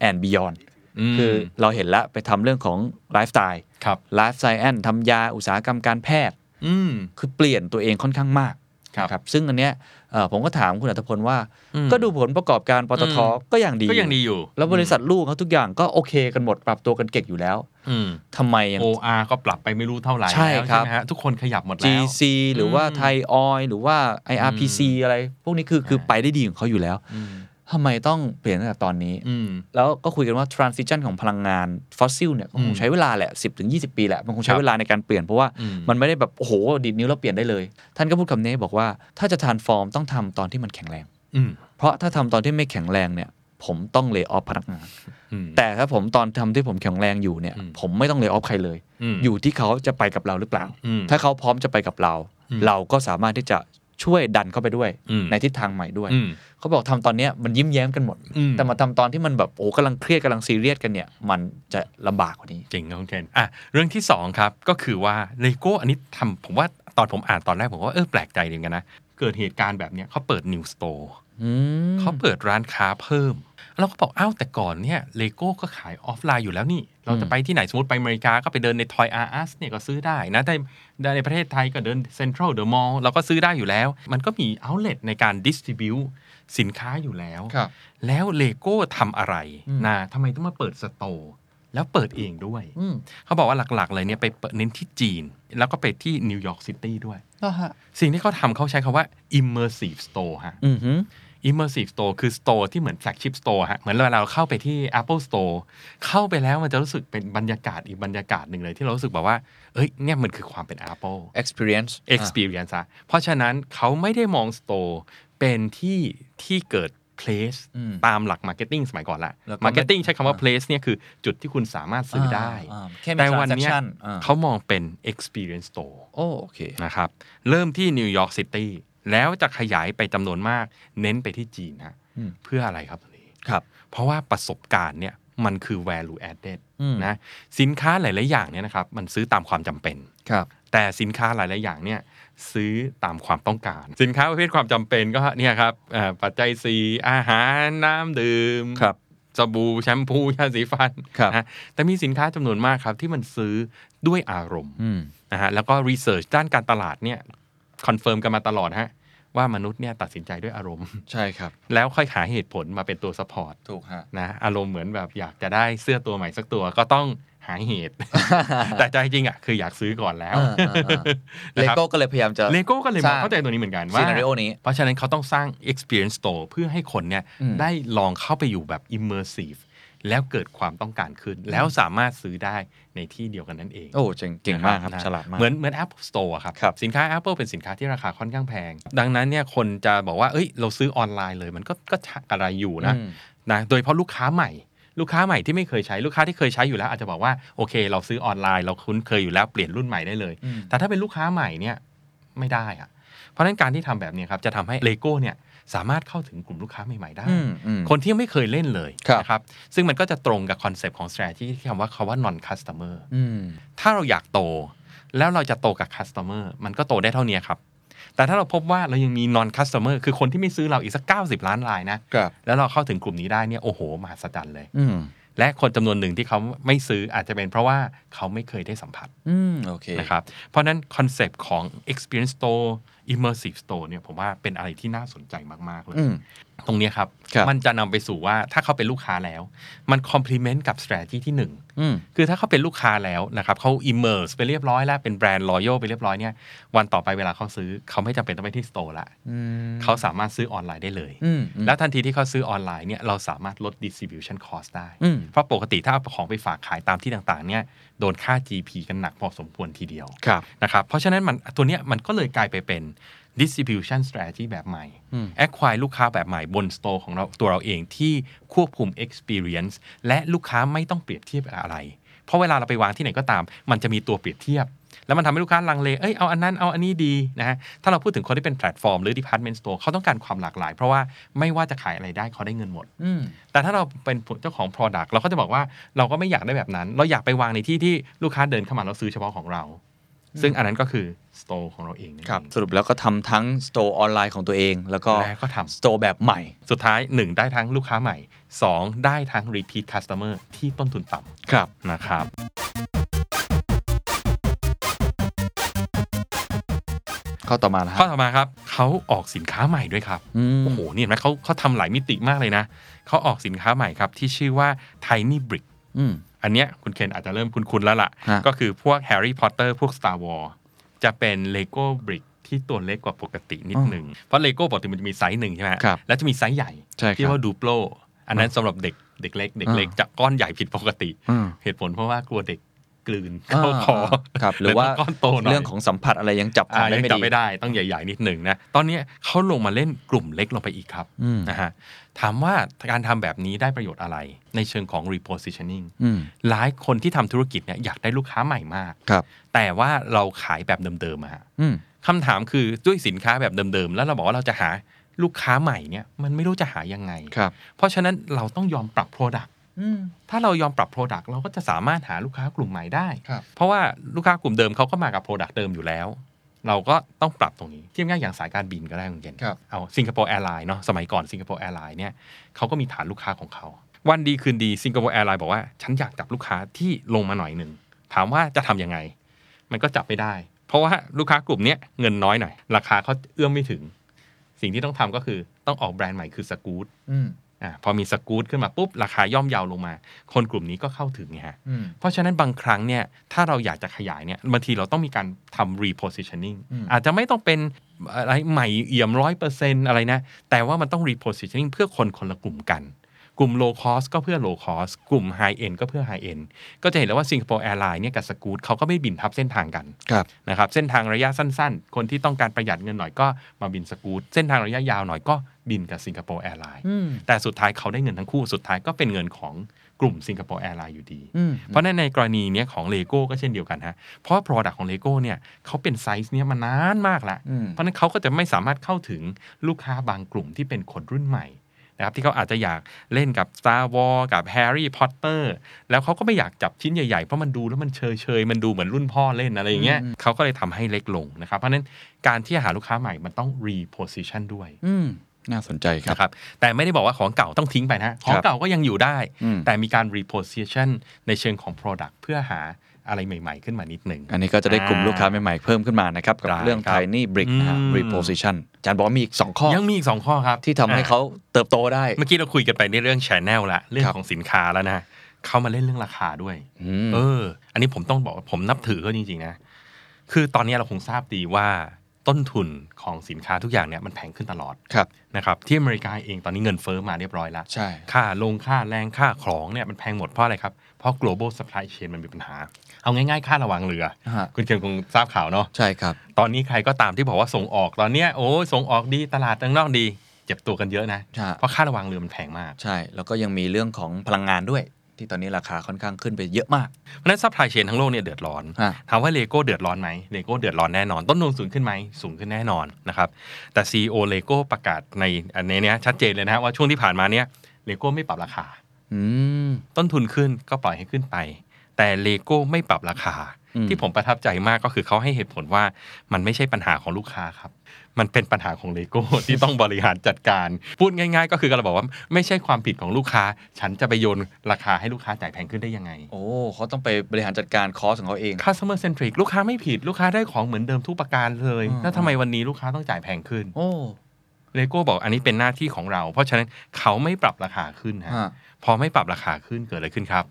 S2: and beyond
S1: อืม
S2: คือเราเห็นละไปทำเรื่องของไลฟ์สไตล์
S1: ครับ
S2: ไลฟ์ไซแอนทำยาอุตสาหกรรมการแพทย์
S1: อืม
S2: คือเปลี่ยนตัวเองค่อนข้างมาก
S1: ครับ
S2: นะซึ่งอันเนี้ยเอ่อผมก็ถามคุณอัตพลว่า
S1: อืม
S2: ก็ดูผลประกอบการปตท
S1: อืม
S2: ก็อย่างดี
S1: ก็ยังดีอยู่
S2: แล้วบริษัทลูกเขาทุกอย่างก็โอเคกันหมดปรับตัวกันเก่งอยู่แล้ว
S1: อืม
S2: ทำไมยัง
S1: OR ก็ปรับไปไม่รู้เท่าไหร่
S2: ใช่
S1: แล้ว
S2: ครับ
S1: ใช่ไหมฮะทุกคนขยับหมดแล้ว
S2: GC หรือว่าไทยออยหรือว่า IRPC อะไร พวกนี้คือคือไปได้ดีของเขาอยู่แล้ว
S1: อืม
S2: ทำไมต้องเปลี่ยนตั้งแต่ตอนนี้
S1: อืม
S2: แล้วก็คุยกันว่า transition ของพลังงานฟอสซิลเนี่ยก็ค
S1: อื
S2: ง
S1: ม
S2: ใช้เวลาแหละ 10ถึง20 ปีแหละ มันคง
S1: ค
S2: ใช้
S1: รับ
S2: เวลาในการเปลี่ยน เพราะว่า
S1: อืม
S2: มันไม่ได้แบบ โอ้โห ดีดนิ้วแล้วเปลี่ยนได้เลย ท่านก็พูดคำนี้บอกว่าถ้าจะ transform ต้องทำตอนที่มันแข็งแรง
S1: อืม
S2: เพราะถ้าทำตอนที่ไม่แข็งแรงเนี่ย ผมต้องเล y off พนักงาน
S1: อืม
S2: แต่ถ้าผมตอนทำที่ผมแข็งแรงอยู่เนี่ย
S1: อืม
S2: ผมไม่ต้องเล y off ใครเลย
S1: อืม
S2: อยู่ที่เขาจะไปกับเราหรือเปล่า
S1: อืม
S2: ถ้าเขาพร้อมจะไปกับเรา
S1: อืม
S2: เราก็สามารถที่จะช่วยดันเข้าไปด้วย
S1: อืม
S2: ในทิศทางใหม่ด้วย
S1: อืม
S2: เขาบอกทำตอนเนี้ยมันยิ้มแย้มกันหมด
S1: อืม
S2: แต่มาทำตอนที่มันแบบโอ้กำลังเครียดกำลังซีเรียสกันเนี่ย มันจะลำบากกว่านี้
S1: จริงครับคุณเคนอ่ะเรื่องที่สองครับ ก็คือว่าเลโก้อันนี้ทำผมว่าตอนผมอ่านตอนแรก ผมว่าเออแปลกใจเหมือนกันนะ เกิดเหตุการณ์แบบเนี้ยเขาเปิดนิวสโตร์
S2: อืม
S1: เขาเปิดร้านค้าเพิ่ม แล้วก็บอกอ้าวแต่ก่อนเนี่ยเลโก้ก็ขายออฟไลน์อยู่แล้วนี่ เราจะไปที่ไหน สมมติไปอเมริกาก็ไปเดินในทอยอาร์สเนี่ยก็ซื้อได้นะแต่ในประเทศไทยก็เดินเซ็นทรัลเดอะมอลล์เราก็ซื้อได้อยู่แล้ว มันก็มีเอาเล t ในการดิสติบิวสินค้าอยู่แล้ว แล้วเลโก้ทำอะไร
S2: อืม
S1: นะทำไมต้องมาเปิดสโตร์แล้วเปิดเองด้วย
S2: อืม
S1: เขาบอกว่าหลัก ๆ เลยเนี่ยไปเน้นที่จีน แล้วก็ไปที่นิวยอร์กซิตี้ด้วย
S2: ก็ฮะ
S1: สิ่งที่เขาทำเขาใช้คำว่า immersive store ฮะ
S2: อือหือ
S1: immersive store คือ store ที่เหมือน flagship store ฮะ เหมือนเวลาเราเข้าไปที่ Apple Store เข้าไปแล้วมันจะรู้สึกเป็นบรรยากาศอีกบรรยากาศหนึ่งเลยที่เรารู้สึกแบบว่า เอ้ยเนี่ยมันคือความเป็น Apple
S2: experience
S1: experience อะเพราะฉะนั้นเขาไม่ได้มอง store เป็นที่ที่เกิด place
S2: อืม
S1: ตามหลัก marketing สมัยก่อนละ
S2: แล้วก็
S1: marketing ใช้คำว่า place เนี่ยคือจุดที่คุณสามารถซื้อได้
S2: าแค่มี
S1: แต่วันเนี้ย
S2: transaction อ่า
S1: เขามองเป็น experience store
S2: โอ้โอเค
S1: นะครับ เริ่มที่นิวยอร์กซิตี้แล้วจะขยายไปจำนวนมาก เน้นไปที่จีนฮะ
S2: อืม
S1: เพื่ออะไรครับตรงนี้
S2: ครับ
S1: เพราะว่าประสบการณ์เนี่ยมันคือ value added
S2: อืม
S1: นะสินค้าหลาย ๆ อย่างเนี่ยนะครับมันซื้อตามความจำเป็น
S2: ครับ
S1: แต่สินค้าหลาย ๆ อย่างเนี่ยซื้อตามความต้องการ สินค้าประเภทความจำเป็นก็เนี่ยครับเอ่อปัจจัยสีอาหารน้ำดื่ม
S2: ครับ
S1: สบู่แชมพูยาสีฟัน
S2: ครับ
S1: นะแต่มีสินค้าจำนวนมากครับที่มันซื้อด้วยอารมณ์
S2: อืม
S1: นะฮะแล้วก็รีเสิร์ชด้านการตลาดเนี่ยคอนเฟิร์มกันมาตลอดฮะว่ามนุษย์เนี่ยตัดสินใจด้วยอารมณ์
S2: ใช่ครับ
S1: แล้วค่อยหาเหตุผลมาเป็นตัวสปอร์ต
S2: ถูกฮะ
S1: นะอารมณ์เหมือนแบบอยากจะได้เสื้อตัวใหม่สักตัวก็ต้องหาเหตุ แต่ใจจริงอ่ะคืออยากซื้อก่อนแล้ว
S2: อ่าอ่าอ่า
S1: นะ
S2: เล
S1: ครับ
S2: โก้ก็เลยพยายามจะ
S1: เลโก้ก็เลย
S2: ส
S1: มา
S2: ร้าง
S1: เข้าใจตัวนี้เหมือนกัน
S2: ซี
S1: ว่า
S2: นารีโอนี้
S1: เพราะฉะนั้นเขาต้องสร้าง experience store เพื่อให้คนเนี่ย
S2: อืม
S1: ได้ลองเข้าไปอยู่แบบ immersive แล้วเกิดความต้องการขึ้น แล้วสามารถซื้อได้ในที่เดียวกันนั่นเอง
S2: โอ้เจ๋งเก่งมากครับ
S1: นะ
S2: ฉลาดมาก
S1: เหมือนเหมือน Apple Store อะครับ
S2: ครับ
S1: สินค้า Apple เป็นสินค้าที่ราคาค่อนข้างแพง ดังนั้นเนี่ยคนจะบอกว่า เอ้ย เราซื้อออนไลน์เลย มันก็ก็ชะอะไรอยู่นะ
S2: อืม
S1: นะ โดยเฉพาะลูกค้าใหม่ ลูกค้าใหม่ที่ไม่เคยใช้ ลูกค้าที่เคยใช้อยู่แล้ว อาจจะบอกว่า โอเค เราซื้อออนไลน์ เราคุ้นเคยอยู่แล้ว เปลี่ยนรุ่นใหม่ได้เลย
S2: อืม
S1: แต่ถ้าเป็นลูกค้าใหม่เนี่ยไม่ได้อะเพราะฉะนั้นการที่ทำแบบเนี้ยครับจะทำให้เลโก้เนี่ยสามารถเข้าถึงกลุ่มลูกค้าใหม่ๆได้
S2: อืมอืม
S1: คนที่ยังไม่เคยเล่นเลย
S2: ครับ
S1: นะครับ ซึ่งมันก็จะตรงกับคอนเซปต์ของ strategy ที่คำว่าคำว่า non customer
S2: อืม
S1: ถ้าเราอยากโตแล้วเราจะโตกับ customer มันก็โตได้เท่านี้ครับ แต่ถ้าเราพบว่าเรายังมี non customer คือคนที่ไม่ซื้อเราอีกสัก 90 ล้านรายนะ
S2: ครับ
S1: แล้วเราเข้าถึงกลุ่มนี้ได้เนี่ยโอ้โหมหัศจรรย์เลย
S2: อืม
S1: และคนจำนวนหนึ่งที่เขาไม่ซื้ออาจจะเป็นเพราะว่าเขาไม่เคยได้สัมผัส
S2: อืม โอเค
S1: นะครับ เพราะฉะนั้นคอนเซปต์ของ experience store immersive store เนี่ยผมว่าเป็นอะไรที่น่าสนใจมากๆเลย
S2: อืม
S1: ตรงเนี้ยครับ
S2: ครับ
S1: มันจะนำไปสู่ว่าถ้าเขาเป็นลูกค้าแล้ว มัน complement กับ strategy ที่หนึ่ง
S2: อืม
S1: คือถ้าเขาเป็นลูกค้าแล้วนะครับเขา immerse ไปเรียบร้อยแล้ว เป็นแบรนด์ loyal ไปเรียบร้อยเนี่ยวันต่อไปเวลาเขาซื้อเขาไม่จำเป็นต้องไปที่สโตร์ละ
S2: อืม
S1: เขาสามารถซื้อออนไลน์ได้เลย
S2: อืม
S1: แล้วทันทีที่เขาซื้อออนไลน์เนี่ยเราสามารถลด distribution cost ได้
S2: อืม
S1: เพราะปกติถ้าเอาของไปฝากขายตามที่ต่างๆเนี่ยโดนค่า GP กันหนักพอสมควรทีเดียว
S2: ครับ
S1: นะครับเพราะฉะนั้นมันตัวเนี้ยมันก็เลยกลายไปเป็น distribution strategy แบบใหม่ acquire ลูกค้าแบบใหม่บน store ของเราตัวเราเองที่ควบคุม experience และลูกค้าไม่ต้องเปรียบเทียบอะไร เพราะเวลาเราไปวางที่ไหนก็ตาม มันจะมีตัวเปรียบเทียบ แล้วมันทำให้ลูกค้าลังเล เอ้ย เอาอันนั้น เอาอันนี้ดีนะฮะ ถ้าเราพูดถึงคนที่เป็นแพลตฟอร์มหรือ department store เขาต้องการความหลากหลาย เพราะว่าไม่ว่าจะขายอะไรได้เขาได้เงินหมด
S2: อืม
S1: แต่ถ้าเราเป็นเจ้าของ Product เราก็จะบอกว่าเราก็ไม่อยากได้แบบนั้น เราอยากไปวางในที่ที่ลูกค้าเดินเข้ามาแล้วซื้อเฉพาะของเรา ซึ่งอันนั้นก็คือ store ของเราเองนั่นเอง
S2: ครับ สรุปแล้วก็ทำทั้งสโตร์ออนไลน์ของตัวเอง แล้วก็
S1: และก็ทำ
S2: สโตร์แบบใหม่
S1: สุดท้าย 1 ได้ทั้งลูกค้าใหม่ 2 ได้ทั้ง repeat customer ที่ต้นทุนต่ำครับนะครับ
S2: เข้าต่อมาแล้ว
S1: ข้อต่อมาครับเขาออกสินค้าใหม่ด้วยครับ
S2: อืม
S1: โอ้โหเนี่ยเห็นไหมเขาเขาทำหลายมิติมากเลยนะ เขาออกสินค้าใหม่ครับ ที่ชื่อว่า Tiny Brick
S2: อืม
S1: อันเนี้ยคุณเคนอาจจะเริ่มคุ้นๆแล้วล่ะ
S2: ฮะ
S1: ก็คือพวก Harry Potter พวก Star Wars จะเป็น Lego Brick ที่ตัวเล็กกว่าปกตินิดหนึ่ง เพราะ Lego ปกติมันจะมีไซส์หนึ่งใช่ไหมฮะ
S2: ครับ
S1: แล้วจะมีไซส์ใหญ่
S2: ใช่ครับ
S1: ที่ว่าดูโปรอันนั้นสำหรับเด็กเด็กเล็กเด็กเล็กจะก้อนใหญ่ผิดปกติ
S2: อืม
S1: เหตุผลเพราะว่ากลัวเด็กกลืนเข้าคอ
S2: ครับ หรือ
S1: เลย
S2: ว่า
S1: ต้องก้อนโตหน่อย
S2: เรื่องของสัมผัสอะไรยังจับทา
S1: อ่าง
S2: ได้
S1: ยัง
S2: ไม่
S1: จับ
S2: ดี
S1: ไม่ได้ต้องใหญ่ ๆ นิดหนึ่งนะ ตอนเนี้ยเขาลงมาเล่นกลุ่มเล็กลงไปอีกครับ
S2: อืม
S1: นะฮะถามว่าการทำแบบนี้ได้ประโยชน์อะไรในเชิงของ repositioning
S2: อืม
S1: หลายคนที่ทำธุรกิจเนี่ยอยากได้ลูกค้าใหม่มาก
S2: ครับ
S1: แต่ว่าเราขายแบบเดิมๆอะฮะ
S2: อืม
S1: คำถามคือด้วยสินค้าแบบเดิมๆ แล้วเราบอกว่าเราจะหาลูกค้าใหม่เนี่ยมันไม่รู้จะหายังไง
S2: ครับ
S1: เพราะฉะนั้นเราต้องยอมปรับ Product
S2: อืม
S1: ถ้าเรายอมปรับ Product เราก็จะสามารถหาลูกค้ากลุ่มใหม่ได้
S2: ครับ
S1: เพราะว่าลูกค้ากลุ่มเดิมเขาก็มากับ Product เดิมอยู่แล้ว เราก็ต้องปรับตรงนี้เทียบง่ายอย่างสายการบินก็ได้คุณเกณฑ์
S2: ครับ
S1: เอาสิงคโปร์แอร์ไลน์เนาะสมัยก่อนสิงคโปร์แอร์ไลน์เนี่ยเขาก็มีฐานลูกค้าของเขา วันดีคืนดีสิงคโปร์แอร์ไลน์บอกว่า ฉันอยากจับลูกค้าที่ลงมาหน่อยหนึ่ง ถามว่าจะทำยังไง มันก็จับไม่ได้ เพราะว่าลูกค้ากลุ่มเนี้ยเงินน้อยหน่อย ราคาเขาเอื้อมไม่ถึง สิ่งที่ต้องทำก็คือต้องออกแบรนด์ใหม่คือสกู๊ต
S2: อืม
S1: อ่าพอมีสกู๊ตขึ้นมาปุ๊บราคาย่อมเยาวลงมา คนกลุ่มนี้ก็เข้าถึงไงฮะ
S2: อืม
S1: เพราะฉะนั้นบางครั้งเนี่ยถ้าเราอยากจะขยายเนี่ยบางทีเราต้องมีการทำ repositioning
S2: อืม
S1: อาจจะไม่ต้องเป็นอะไรใหม่เอี่ยมร้อยเปอร์เซ็นอะไรนะ แต่ว่ามันต้อง repositioning เพื่อคนคนละกลุ่มกัน กลุ่ม low cost ก็เพื่อ low cost กลุ่ม high end ก็เพื่อ high end ก็จะเห็นแล้วว่าสิงคโปร์แอร์ไลน์เนี่ยกับสกูตเขาก็ไม่บินทับเส้นทางกัน
S2: ครับ
S1: นะครับเส้นทางระยะสั้น ๆ คนที่ต้องการประหยัดเงินหน่อยก็มาบินสกูตเส้นทางระยะยาวหน่อยก็ บินกับสิงคโปร์แอร์ไลน์
S2: อืม
S1: แต่สุดท้ายเขาได้เงินทั้งคู่สุดท้ายก็เป็นเงินของกลุ่มสิงคโปร์แอร์ไลน์อยู่ดี
S2: อืม
S1: เพราะฉะนั้นในกรณีเนี้ยของเลโก้ก็เช่นเดียวกันฮะ เพราะ Product ของเลโก้เนี่ยเขาเป็นไซส์เนี่ยมานานมากละ
S2: อืม
S1: เพราะฉะนั้นเขาก็จะไม่สามารถเข้าถึงลูกค้าบางกลุ่มที่เป็นคนรุ่นใหม่นะครับที่เขาอาจจะอยากเล่นกับ Star Wars กับ Harry Potter แล้วเขาก็ไม่อยากจับชิ้นใหญ่ ๆ เพราะมันดูแล้วมันเชยเชยๆมันดูเหมือนรุ่นพ่อเล่นอะไรอย่างเงี้ยเขาก็เลยทำให้เล็กลงนะครับ เพราะฉะนั้นการที่หาลูกค้าใหม่มันต้อง reposition ด้วย
S2: อืมน่าสนใจครับ
S1: นะครับแต่ไม่ได้บอกว่าของเก่าต้องทิ้งไปนะ ของเก่าก็ยังอยู่ได้
S2: อืม
S1: แต่มีการ reposition ในเชิงของ product เพื่อหาอะไรใหม่ ๆ ขึ้นมานิดหนึ่ง
S2: อันนี้ก็จะได้กลุ่มลูกค้าใหม่ๆเพิ่มขึ้นมานะครับ กับ
S1: ได้
S2: เรื่อง
S1: ครับ
S2: tiny brick นะฮะ
S1: อืม
S2: reposition อาจารย์บอกว่ามีอีก 2 ข้อ
S1: ยังมีอีก 2 ข้อครับ
S2: ที่ทำให้เขา
S1: อ่
S2: เติบโตได้
S1: ะเมื่อกี้เราคุยกันไปในเรื่อง channel ละเรื่อง
S2: ครับ
S1: ของสินค้าแล้วนะเขามาเล่นเรื่องราคาด้วย
S2: อืม
S1: เออ อันนี้ผมต้องบอกว่าผมนับถือเขาจริงๆนะ คือตอนนี้เราคงทราบดีว่าต้นทุนของสินค้าทุกอย่างเนี่ยมันแพงขึ้นตลอด
S2: ครับ
S1: นะครับที่อเมริกาเองตอนนี้เงินเฟ้อมาเรียบร้อยแล้ว
S2: ใช่
S1: ค่าลงค่าแรงค่าของเนี่ยมันแพงหมดเพราะอะไรครับ เพราะ global supply chain มันมีปัญหา เอาง่ายๆ ค่าระวางเรือ
S2: ฮะ
S1: คุณเคียงคงทราบข่าวเนาะ
S2: ใช่ครับ
S1: ตอนนี้ใครก็ตามที่บอกว่าส่งออกตอนเนี้ยโอ้ยส่งออกดีตลาดต่างนอกดี เจ็บตัวกันเยอะนะ
S2: ใช่
S1: เพราะค่าระวางเรือมันแพงมาก
S2: ใช่ แล้วก็ยังมีเรื่องของพลังงานด้วย ที่ตอนนี้ราคาค่อนข้างขึ้นไปเยอะมาก
S1: เพราะฉะนั้น supply chain ทั้งโลกเนี่ยเดือดร้อน
S2: ฮะ
S1: ถามว่าเลโก้เดือดร้อนไหมเลโก้เดือดร้อนแน่นอน ต้นทุนสูงขึ้นไหมสูงขึ้นแน่นอนนะครับแต่ CEO เลโก้ประกาศในอันนี้เนี่ยชัดเจนเลยนะฮะว่าช่วงที่ผ่านมาเนี่ยเลโก้ไม่ปรับราคา
S2: อืม
S1: ต้นทุนขึ้นก็ปล่อยให้ขึ้นไป แต่เลโก้ไม่ปรับราคา
S2: อืม
S1: ที่ผมประทับใจมากก็คือเขาให้เหตุผลว่ามันไม่ใช่ปัญหาของลูกค้าครับ มันเป็นปัญหาของเลโก้ ที่ต้องบริหารจัดการ พูดง่าย ๆ ก็คือกำลังบอกว่าไม่ใช่ความผิดของลูกค้า ฉันจะไปโยนราคาให้ลูกค้าจ่ายแพงขึ้นได้ยังไง
S2: โอ้เขาต้องไปบริหารจัดการคอสของเขาเอง
S1: customer centric ลูกค้าไม่ผิดลูกค้าได้ของเหมือนเดิมทุกประการเลย
S2: อืม
S1: แล้วทำไมวันนี้ลูกค้าต้องจ่ายแพงขึ้น
S2: โอ้
S1: เลโก้บอกอันนี้เป็นหน้าที่ของเรา เพราะฉะนั้นเขาไม่ปรับราคาขึ้นฮะ
S2: ฮะ
S1: พอไม่ปรับราคาขึ้นเกิดอะไรขึ้นครับ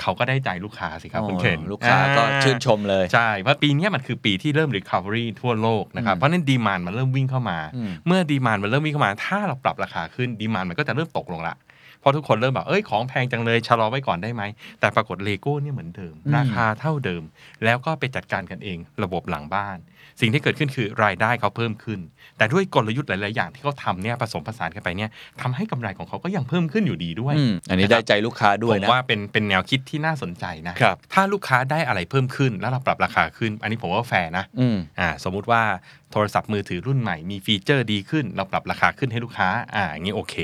S1: เขาก็ได้ใจลูกค้าสิครับ คุณเคน
S2: โอ้ลูกค้าก็ชื่นชมเลย
S1: ใช่ เพราะปีเนี้ยมันคือปีที่เริ่ม recovery ทั่วโลกนะครับ
S2: อืม
S1: เพราะฉะนั้นดีมานมันเริ่มวิ่งเข้ามา
S2: อืม
S1: เมื่อดีมานมันเริ่มวิ่งเข้ามา ถ้าเราปรับราคาขึ้นดีมานมันก็จะเริ่มตกลงละเพราะทุกคนเริ่มแบบเอ้ยของแพงจังเลยชะลอไว้ก่อนได้ไหม แต่ปรากฏเลโก้เนี่ยเหมือนเดิม ราคาเท่าเดิม แล้วก็ไปจัดการกันเองระบบหลังบ้าน สิ่งที่เกิดขึ้นคือรายได้เขาเพิ่มขึ้น แต่ด้วยกลยุทธ์หลาย ๆ อย่างที่เขาทำเนี่ยผสมผสานกันไปเนี่ยทำให้กำไรของเขาก็ยังเพิ่มขึ้นอยู่ดีด้วย
S2: อืมอันนี้ได้ใจลูกค้าด้วย
S1: ผม
S2: นะ
S1: ว่าเป็นเป็นแนวคิดที่น่าสนใจนะ
S2: ครับ
S1: ถ้าลูกค้าได้อะไรเพิ่มขึ้นแล้วเราปรับราคาขึ้น อันนี้ผมว่าแฟร์นะ
S2: อืม
S1: อ่า สมมุติว่าโทรศัพท์มือถือรุ่นใหม่มีฟีเจอร์ดีขึ้น เราปรับราคาขึ้นให้ลูกค้า อ่าอย่างนี้โอเค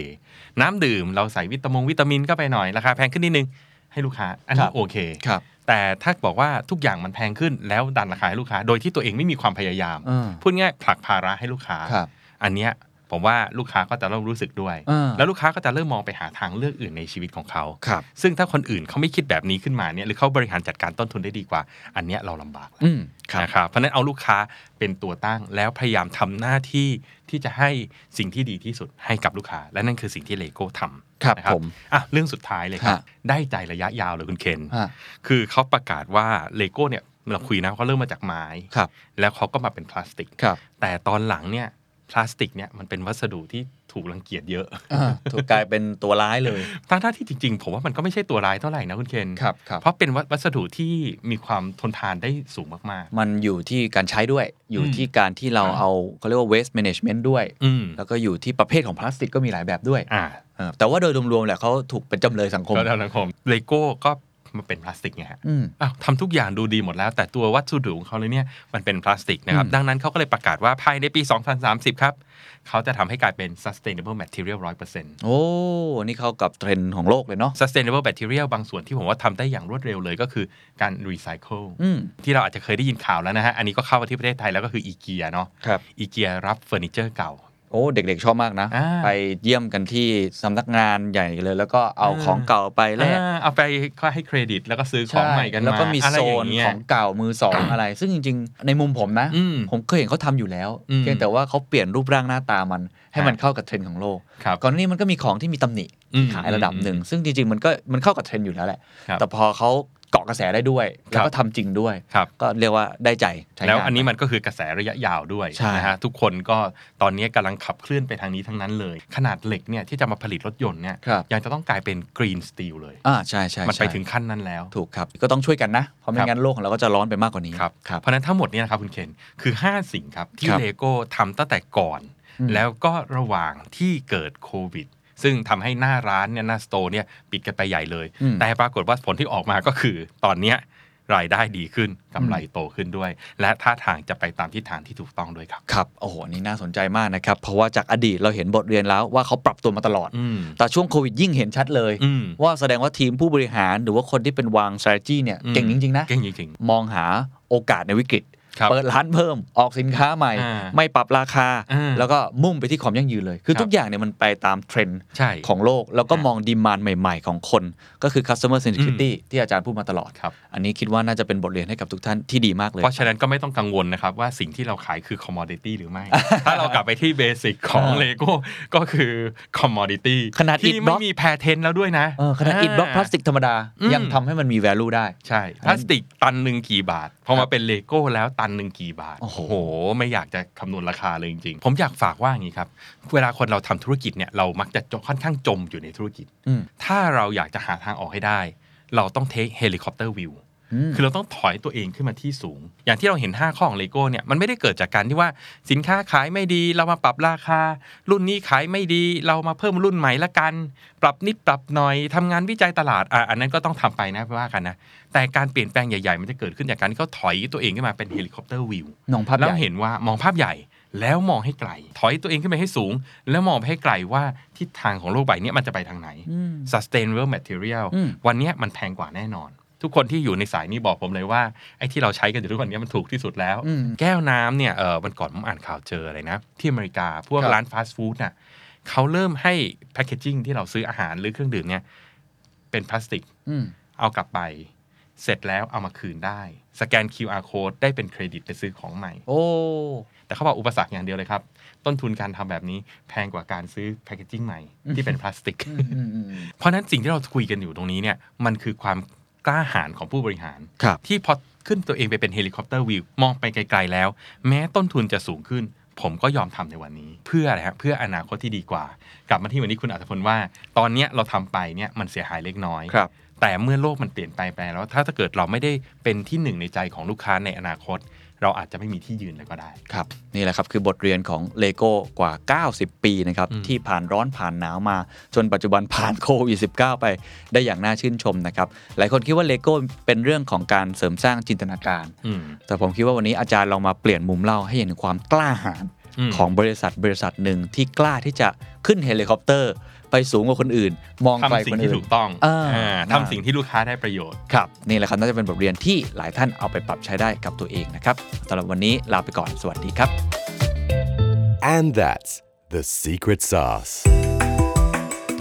S1: น้ำดื่มเราใส่วิตามงวิตามินเข้าไปหน่อย ราคาแพงขึ้นนิดนึง ให้ลูกค้า อัน
S2: ครั
S1: นี้
S2: บ
S1: โอเค
S2: ครับ
S1: แต่ถ้าบอกว่าทุกอย่างมันแพงขึ้นแล้วดันราคาให้ลูกค้า โดยที่ตัวเองไม่มีความพยายาม
S2: อืม
S1: พูดง่ายๆผลักภาระให้ลูกค้า
S2: ครับ
S1: อันเนี้ยผมว่าลูกค้าก็จะเริ่มรู้สึกด้วย
S2: อ่า
S1: แล้วลูกค้าก็จะเริ่มมองไปหาทางเลือกอื่นในชีวิตของเขา
S2: ครับ
S1: ซึ่งถ้าคนอื่นเขาไม่คิดแบบนี้ขึ้นมาเนี่ยหรือเขาบริหารจัดการต้นทุนได้ดีกว่า อันเนี้ยเราลำบากแล้ว
S2: อืมครับ
S1: นะครับเพราะฉะนั้นเอาลูกค้าเป็นตัวตั้งแล้วพยายามทำหน้าที่ที่จะให้สิ่งที่ดีที่สุดให้กับลูกค้า และนั่นคือสิ่งที่เลโก้ทำ
S2: ครับ
S1: นะ
S2: ผม
S1: อ่ะเรื่องสุดท้ายเลยครับ
S2: ฮะ
S1: ได้ใจระยะยาวเลยคุณเคน
S2: ฮะ
S1: คือเขาประกาศว่าเลโก้เนี่ยเราคุยนะเขาเริ่มมาจากไม้
S2: ครับ
S1: แล้วเขาก็มาเป็นพลาสติก
S2: ครับ
S1: แต่ตอนหลังเนี่ยพลาสติกเนี่ยมันเป็นวัสดุที่ถูกรังเกียจเยอะ
S2: อ่าถูกกลายเป็นตัวร้ายเลย
S1: ทั้งๆที่จริงๆ ผมว่ามันก็ไม่ใช่ตัวร้ายเท่าไหร่นะคุณเคน
S2: ครับครับ
S1: เพราะเป็นวัสดุที่มีความทนทานได้สูงมาก
S2: มันอยู่ที่การใช้ด้วย อยู่
S1: อืม
S2: ที่การที่เราเอาเขาเรียกว่า waste management ด้วย
S1: ๆ อืม
S2: แล้วก็อยู่ที่ประเภทของพลาสติกก็มีหลายแบบด้วย
S1: อ่า
S2: เออแต่ว่าโดยรวมๆแหละเขาถูกเป็นจำเลยสังคม
S1: ก็ทางสังคมเลโก้ก็มาเป็นพลาสติกไงฮะ
S2: อืม
S1: อ้าวทำทุกอย่างดูดีหมดแล้ว แต่ตัววัสดุของเขาเลยเนี่ยมันเป็นพลาสติกนะครับ
S2: อืม
S1: ดังนั้นเขาก็เลยประกาศว่าภายในปี 2030 ครับ เขาจะทำให้กลายเป็น sustainable material 100%
S2: โอ้ นี่เข้ากับเทรนด์ของโลกเลยเนาะ
S1: sustainable material บางส่วนที่ผมว่าทำได้อย่างรวดเร็วเลยก็คือการ recycle
S2: อืม
S1: ที่เราอาจจะเคยได้ยินข่าวแล้วนะฮะ อันนี้ก็เข้ามาที่ประเทศไทยแล้วก็คืออีเกียเนาะ
S2: ครับ
S1: อีเกียรับเฟอร์นิเจอร์เก่า
S2: โอ้ เด็กๆ ชอบมากนะ
S1: อ่า
S2: ไปเยี่ยมกันที่สำนักงานใหญ่เลย แล้วก็เอา
S1: อ่า
S2: ของเก่าไปแลก
S1: อ่าเอาไปก็ให้เครดิตแล้วก็ซื้อของใหม่กันมา
S2: แล้วก็มี
S1: อะไร
S2: โซ
S1: อย่าน งเงี้ย
S2: ของเก่ามือสองอะไร ซึ่งจริงๆ ในมุมผมนะ
S1: อืม
S2: ผมเคยเห็นเขาทำอยู่แล้ว
S1: อืม
S2: เพียงแต่ว่าเขาเปลี่ยนรูปร่างหน้าตามัน ให้
S1: ฮะ
S2: มันเข้ากับเทรนด์ของโลก
S1: ครับ
S2: ก่อนหน้านี้มันก็มีของที่มีตำหนิ
S1: อืม
S2: ขายระดับหนึ่ง ซึ่งจริงๆ มันก็มันเข้ากับเทรนด์อยู่แล้วแหละ
S1: ครับ
S2: แต่พอเขาเกาะกระแสได้ด้วย แล้วก็ทำจริงด้วย
S1: ครับ
S2: ก็เรียกว่าได้ใจใช้งา
S1: แล้วอันนี้มันก็คือกระแสระยะยาวด้วย
S2: ใช่
S1: นะฮะทุกคนก็ตอนนี้กำลังขับเคลื่อนไปทางนี้ทั้งนั้นเลย ขนาดเหล็กเนี่ยที่จะมาผลิตรถยนต์เนี่ย
S2: ครับ
S1: ยังจะต้องกลายเป็นกรีนสตีลเลย
S2: อ่าใช่ใช่
S1: มันไป
S2: ใช่
S1: ถึงขั้นนั้นแล้ว
S2: ถูกครับ ก็ต้องช่วยกันนะ เพราะไม่
S1: ครับ
S2: งั้นโลกของเราก็จะร้อนไปมากกว่านี้
S1: ครับ
S2: ครับ
S1: เพราะฉะนั้นทั้งหมดเนี้นะครับคุณเคนคือ 5 สิ่งครับ ที่
S2: ครับ
S1: เลโก้ทำตั้งแต่ก่อน แล้วก็ระหว่างที่เกิดโควิด ซึ่งทำให้หน้าร้านเนี่ยหน้าสโตร์เนี่ยปิดกันไปใหญ่เลย
S2: อืม
S1: แต่ปรากฏว่าผลที่ออกมาก็คือตอนเนี้ยรายได้ดีขึ้นกำไรโตขึ้นด้วย และท่าทางจะไปตามทิศทางที่ถูกต้องด้วยครับ
S2: ครับ โอ้โห นี่น่าสนใจมากนะครับ เพราะว่าจากอดีตเราเห็นบทเรียนแล้วว่าเขาปรับตัวมาตลอด
S1: อืม
S2: แต่ช่วงโควิดยิ่งเห็นชัดเลย
S1: อืม
S2: ว่าแสดงว่าทีมผู้บริหารหรือว่าคนที่เป็นวาง strategy เนี่ย
S1: อืม
S2: เก่งจริง ๆ นะ
S1: เก่งจริง
S2: มองหาโอกาสในวิกฤต
S1: ครับ
S2: เปิดร้านเพิ่มออกสินค้าใหม่
S1: อ่า
S2: ไม่ปรับราคา
S1: อ่า
S2: แล้วก็มุ่งไปที่ความยั่งยืนเลย คื
S1: ค
S2: อ
S1: รับ
S2: ทุกอย่างเนี่ยมันไปตามเทรนด์
S1: ๆ ใช่
S2: ของโลก แล้วก็
S1: ฮะ
S2: มองดีมานใหม่ ๆ ของคน ก็คือ customer centricity ที่อาจารย์พูดมาตลอด
S1: ครับ
S2: อันนี้คิดว่าน่าจะเป็นบทเรียนให้กับทุกท่านที่ดีมากเลย
S1: เพราะฉะนั้นก็ไม่ต้องกังวลนะครับ ว่าสิ่งที่เราขายคือ commodity หรือไม่ ถ้าเรากลับไปที่เบสิกของ
S2: อ่า
S1: เลโก้ก็คือ commodity
S2: ขนาด
S1: ที่
S2: Eat
S1: ไม่
S2: Box
S1: มีแพเทนแล้วด้วยนะ
S2: เออขนาดอิฐบล็อกพลาสติกธรรมดา
S1: อืม
S2: ยังทำให้มันมี value ได้
S1: ใช่พลาสติกตันหนึ่งกี่บาท พอมาเป็นเลโก้แล้วตันหนึ่งกี่บาท
S2: โอ้โห
S1: ไม่อยากจะคำนวณราคาเลยจริงๆ ผมอยากฝากว่าอย่างนี้ครับ เวลาคนเราทำธุรกิจเนี่ยเรามักจะจมค่อนข้างจมอยู่ในธุรกิจ
S2: อืม
S1: ถ้าเราอยากจะหาทางออกให้ได้ เราต้องเทคเฮลิคอปเตอร์วิว
S2: อืม
S1: คือเราต้องถอยตัวเองขึ้นมาที่สูง อย่างที่เราเห็น 5 ข้อของเลโก้เนี่ย มันไม่ได้เกิดจากการที่ว่าสินค้าขายไม่ดี เรามาปรับราคา รุ่นนี้ขายไม่ดี เรามาเพิ่มรุ่นใหม่ละกัน ปรับนิดปรับหน่อยทำงานวิจัยตลาดอ่ะอันนั้นก็ต้องทำไปนะไม่ว่ากันนะ แต่การเปลี่ยนแปลงใหญ่ๆ มันจะเกิดขึ้นจากการที่เขาถอยตัวเองขึ้นมาเป็นเฮลิคอปเตอร์วิว
S2: มองภาพให
S1: แล้ว
S2: ญ่
S1: เห็นว่ามองภาพใหญ่แล้วมองให้ไกล ถอยตัวเองขึ้นไปให้สูง แล้วมองไปให้ไกลว่าทิศทางของโลกใบเนี้ยมันจะไปทางไหน sustainable material
S2: อืม
S1: วันเนี้ยมันแพงกว่าแน่นอน ทุกคนที่อยู่ในสายนี้บอกผมเลยว่า ไอ้ที่เราใช้กันอยู่ทุกวันเนี้ยมันถูกที่สุดแล้ว
S2: อืม
S1: แก้วน้ำเนี่ยเออวันก่อนผมอ่านข่าวเจออะไรนะ ที่อเมริกาพวก
S2: ครับ
S1: ร้านฟาสต์ฟู้ดน่ะเขาเริ่มให้แพคเกจิ้งที่เราซื้ออาหารหรือเครื่องดื่มเนี่ยเป็นพลาสติก
S2: อืม
S1: เอากลับไป เสร็จแล้วเอามาคืนได้ สแกน QR code ได้เป็นเครดิตไปซื้อของใหม่
S2: โอ้
S1: แต่เขาบอกอุปสรรคอย่างเดียวเลยครับ ต้นทุนการทำแบบนี้แพงกว่าการซื้อแพคเกจิ้งใหม่ที่เป็นพลาสติก
S2: อืมอืมอืม
S1: เพราะฉะนั้นสิ่งที่เราคุยกันอยู่ตรงนี้เนี่ยมันคือความกล้าหาญของผู้บริหาร
S2: ครับ
S1: ที่พอขึ้นตัวเองไปเป็นเฮลิคอปเตอร์วิวมองไปไกลๆแล้ว แม้ต้นทุนจะสูงขึ้น ผมก็ยอมทำในวันนี้ เพื่ออะไรฮะเพื่ออนาคตที่ดีกว่า กลับมาที่วันนี้คุณอัธพลว่า ตอนเนี้ยเราทำไปเนี่ยมันเสียหายเล็กน้อย
S2: ครับ
S1: แต่เมื่อโลกมันเปลี่ยนไปไปแล้ว ถ้าเกิดเราไม่ได้เป็นที่หนึ่งในใจของลูกค้าในอนาคต เราอาจจะไม่มีที่ยืนเลยก็ได้
S2: ครับ นี่แหละครับ คือบทเรียนของเลโก้กว่า 90 ปีนะครับ
S1: อืม
S2: ที่ผ่านร้อนผ่านหนาวมา จนปัจจุบันผ่านโควิด -19 ไปได้อย่างน่าชื่นชมนะครับ หลายคนคิดว่าเลโก้เป็นเรื่องของการเสริมสร้างจินตนาการ
S1: อืม
S2: แต่ผมคิดว่าวันนี้อาจารย์ลองมาเปลี่ยนมุมเล่าให้เห็นความกล้าหาญ
S1: อืม
S2: ของบริษัทบริษัทหนึ่งที่กล้าที่จะขึ้นเฮลิคอปเตอร์ ไปสูงกว่าคนอื่น มองไกล
S1: ทำสิ่
S2: คน
S1: งที่
S2: อื่น
S1: ถูกต้อง
S2: เอออ่
S1: าทำสิ่งที่ลูกค้าได้ประโยชน์
S2: ครับ นี่แหละครับ น่าจะเป็นบทเรียนที่หลายท่านเอาไปปรับใช้ได้กับตัวเองนะครับสำหรับวันนี้ลาไปก่อนสวัสดีครับ
S3: And that's the secret sauce.
S2: ถ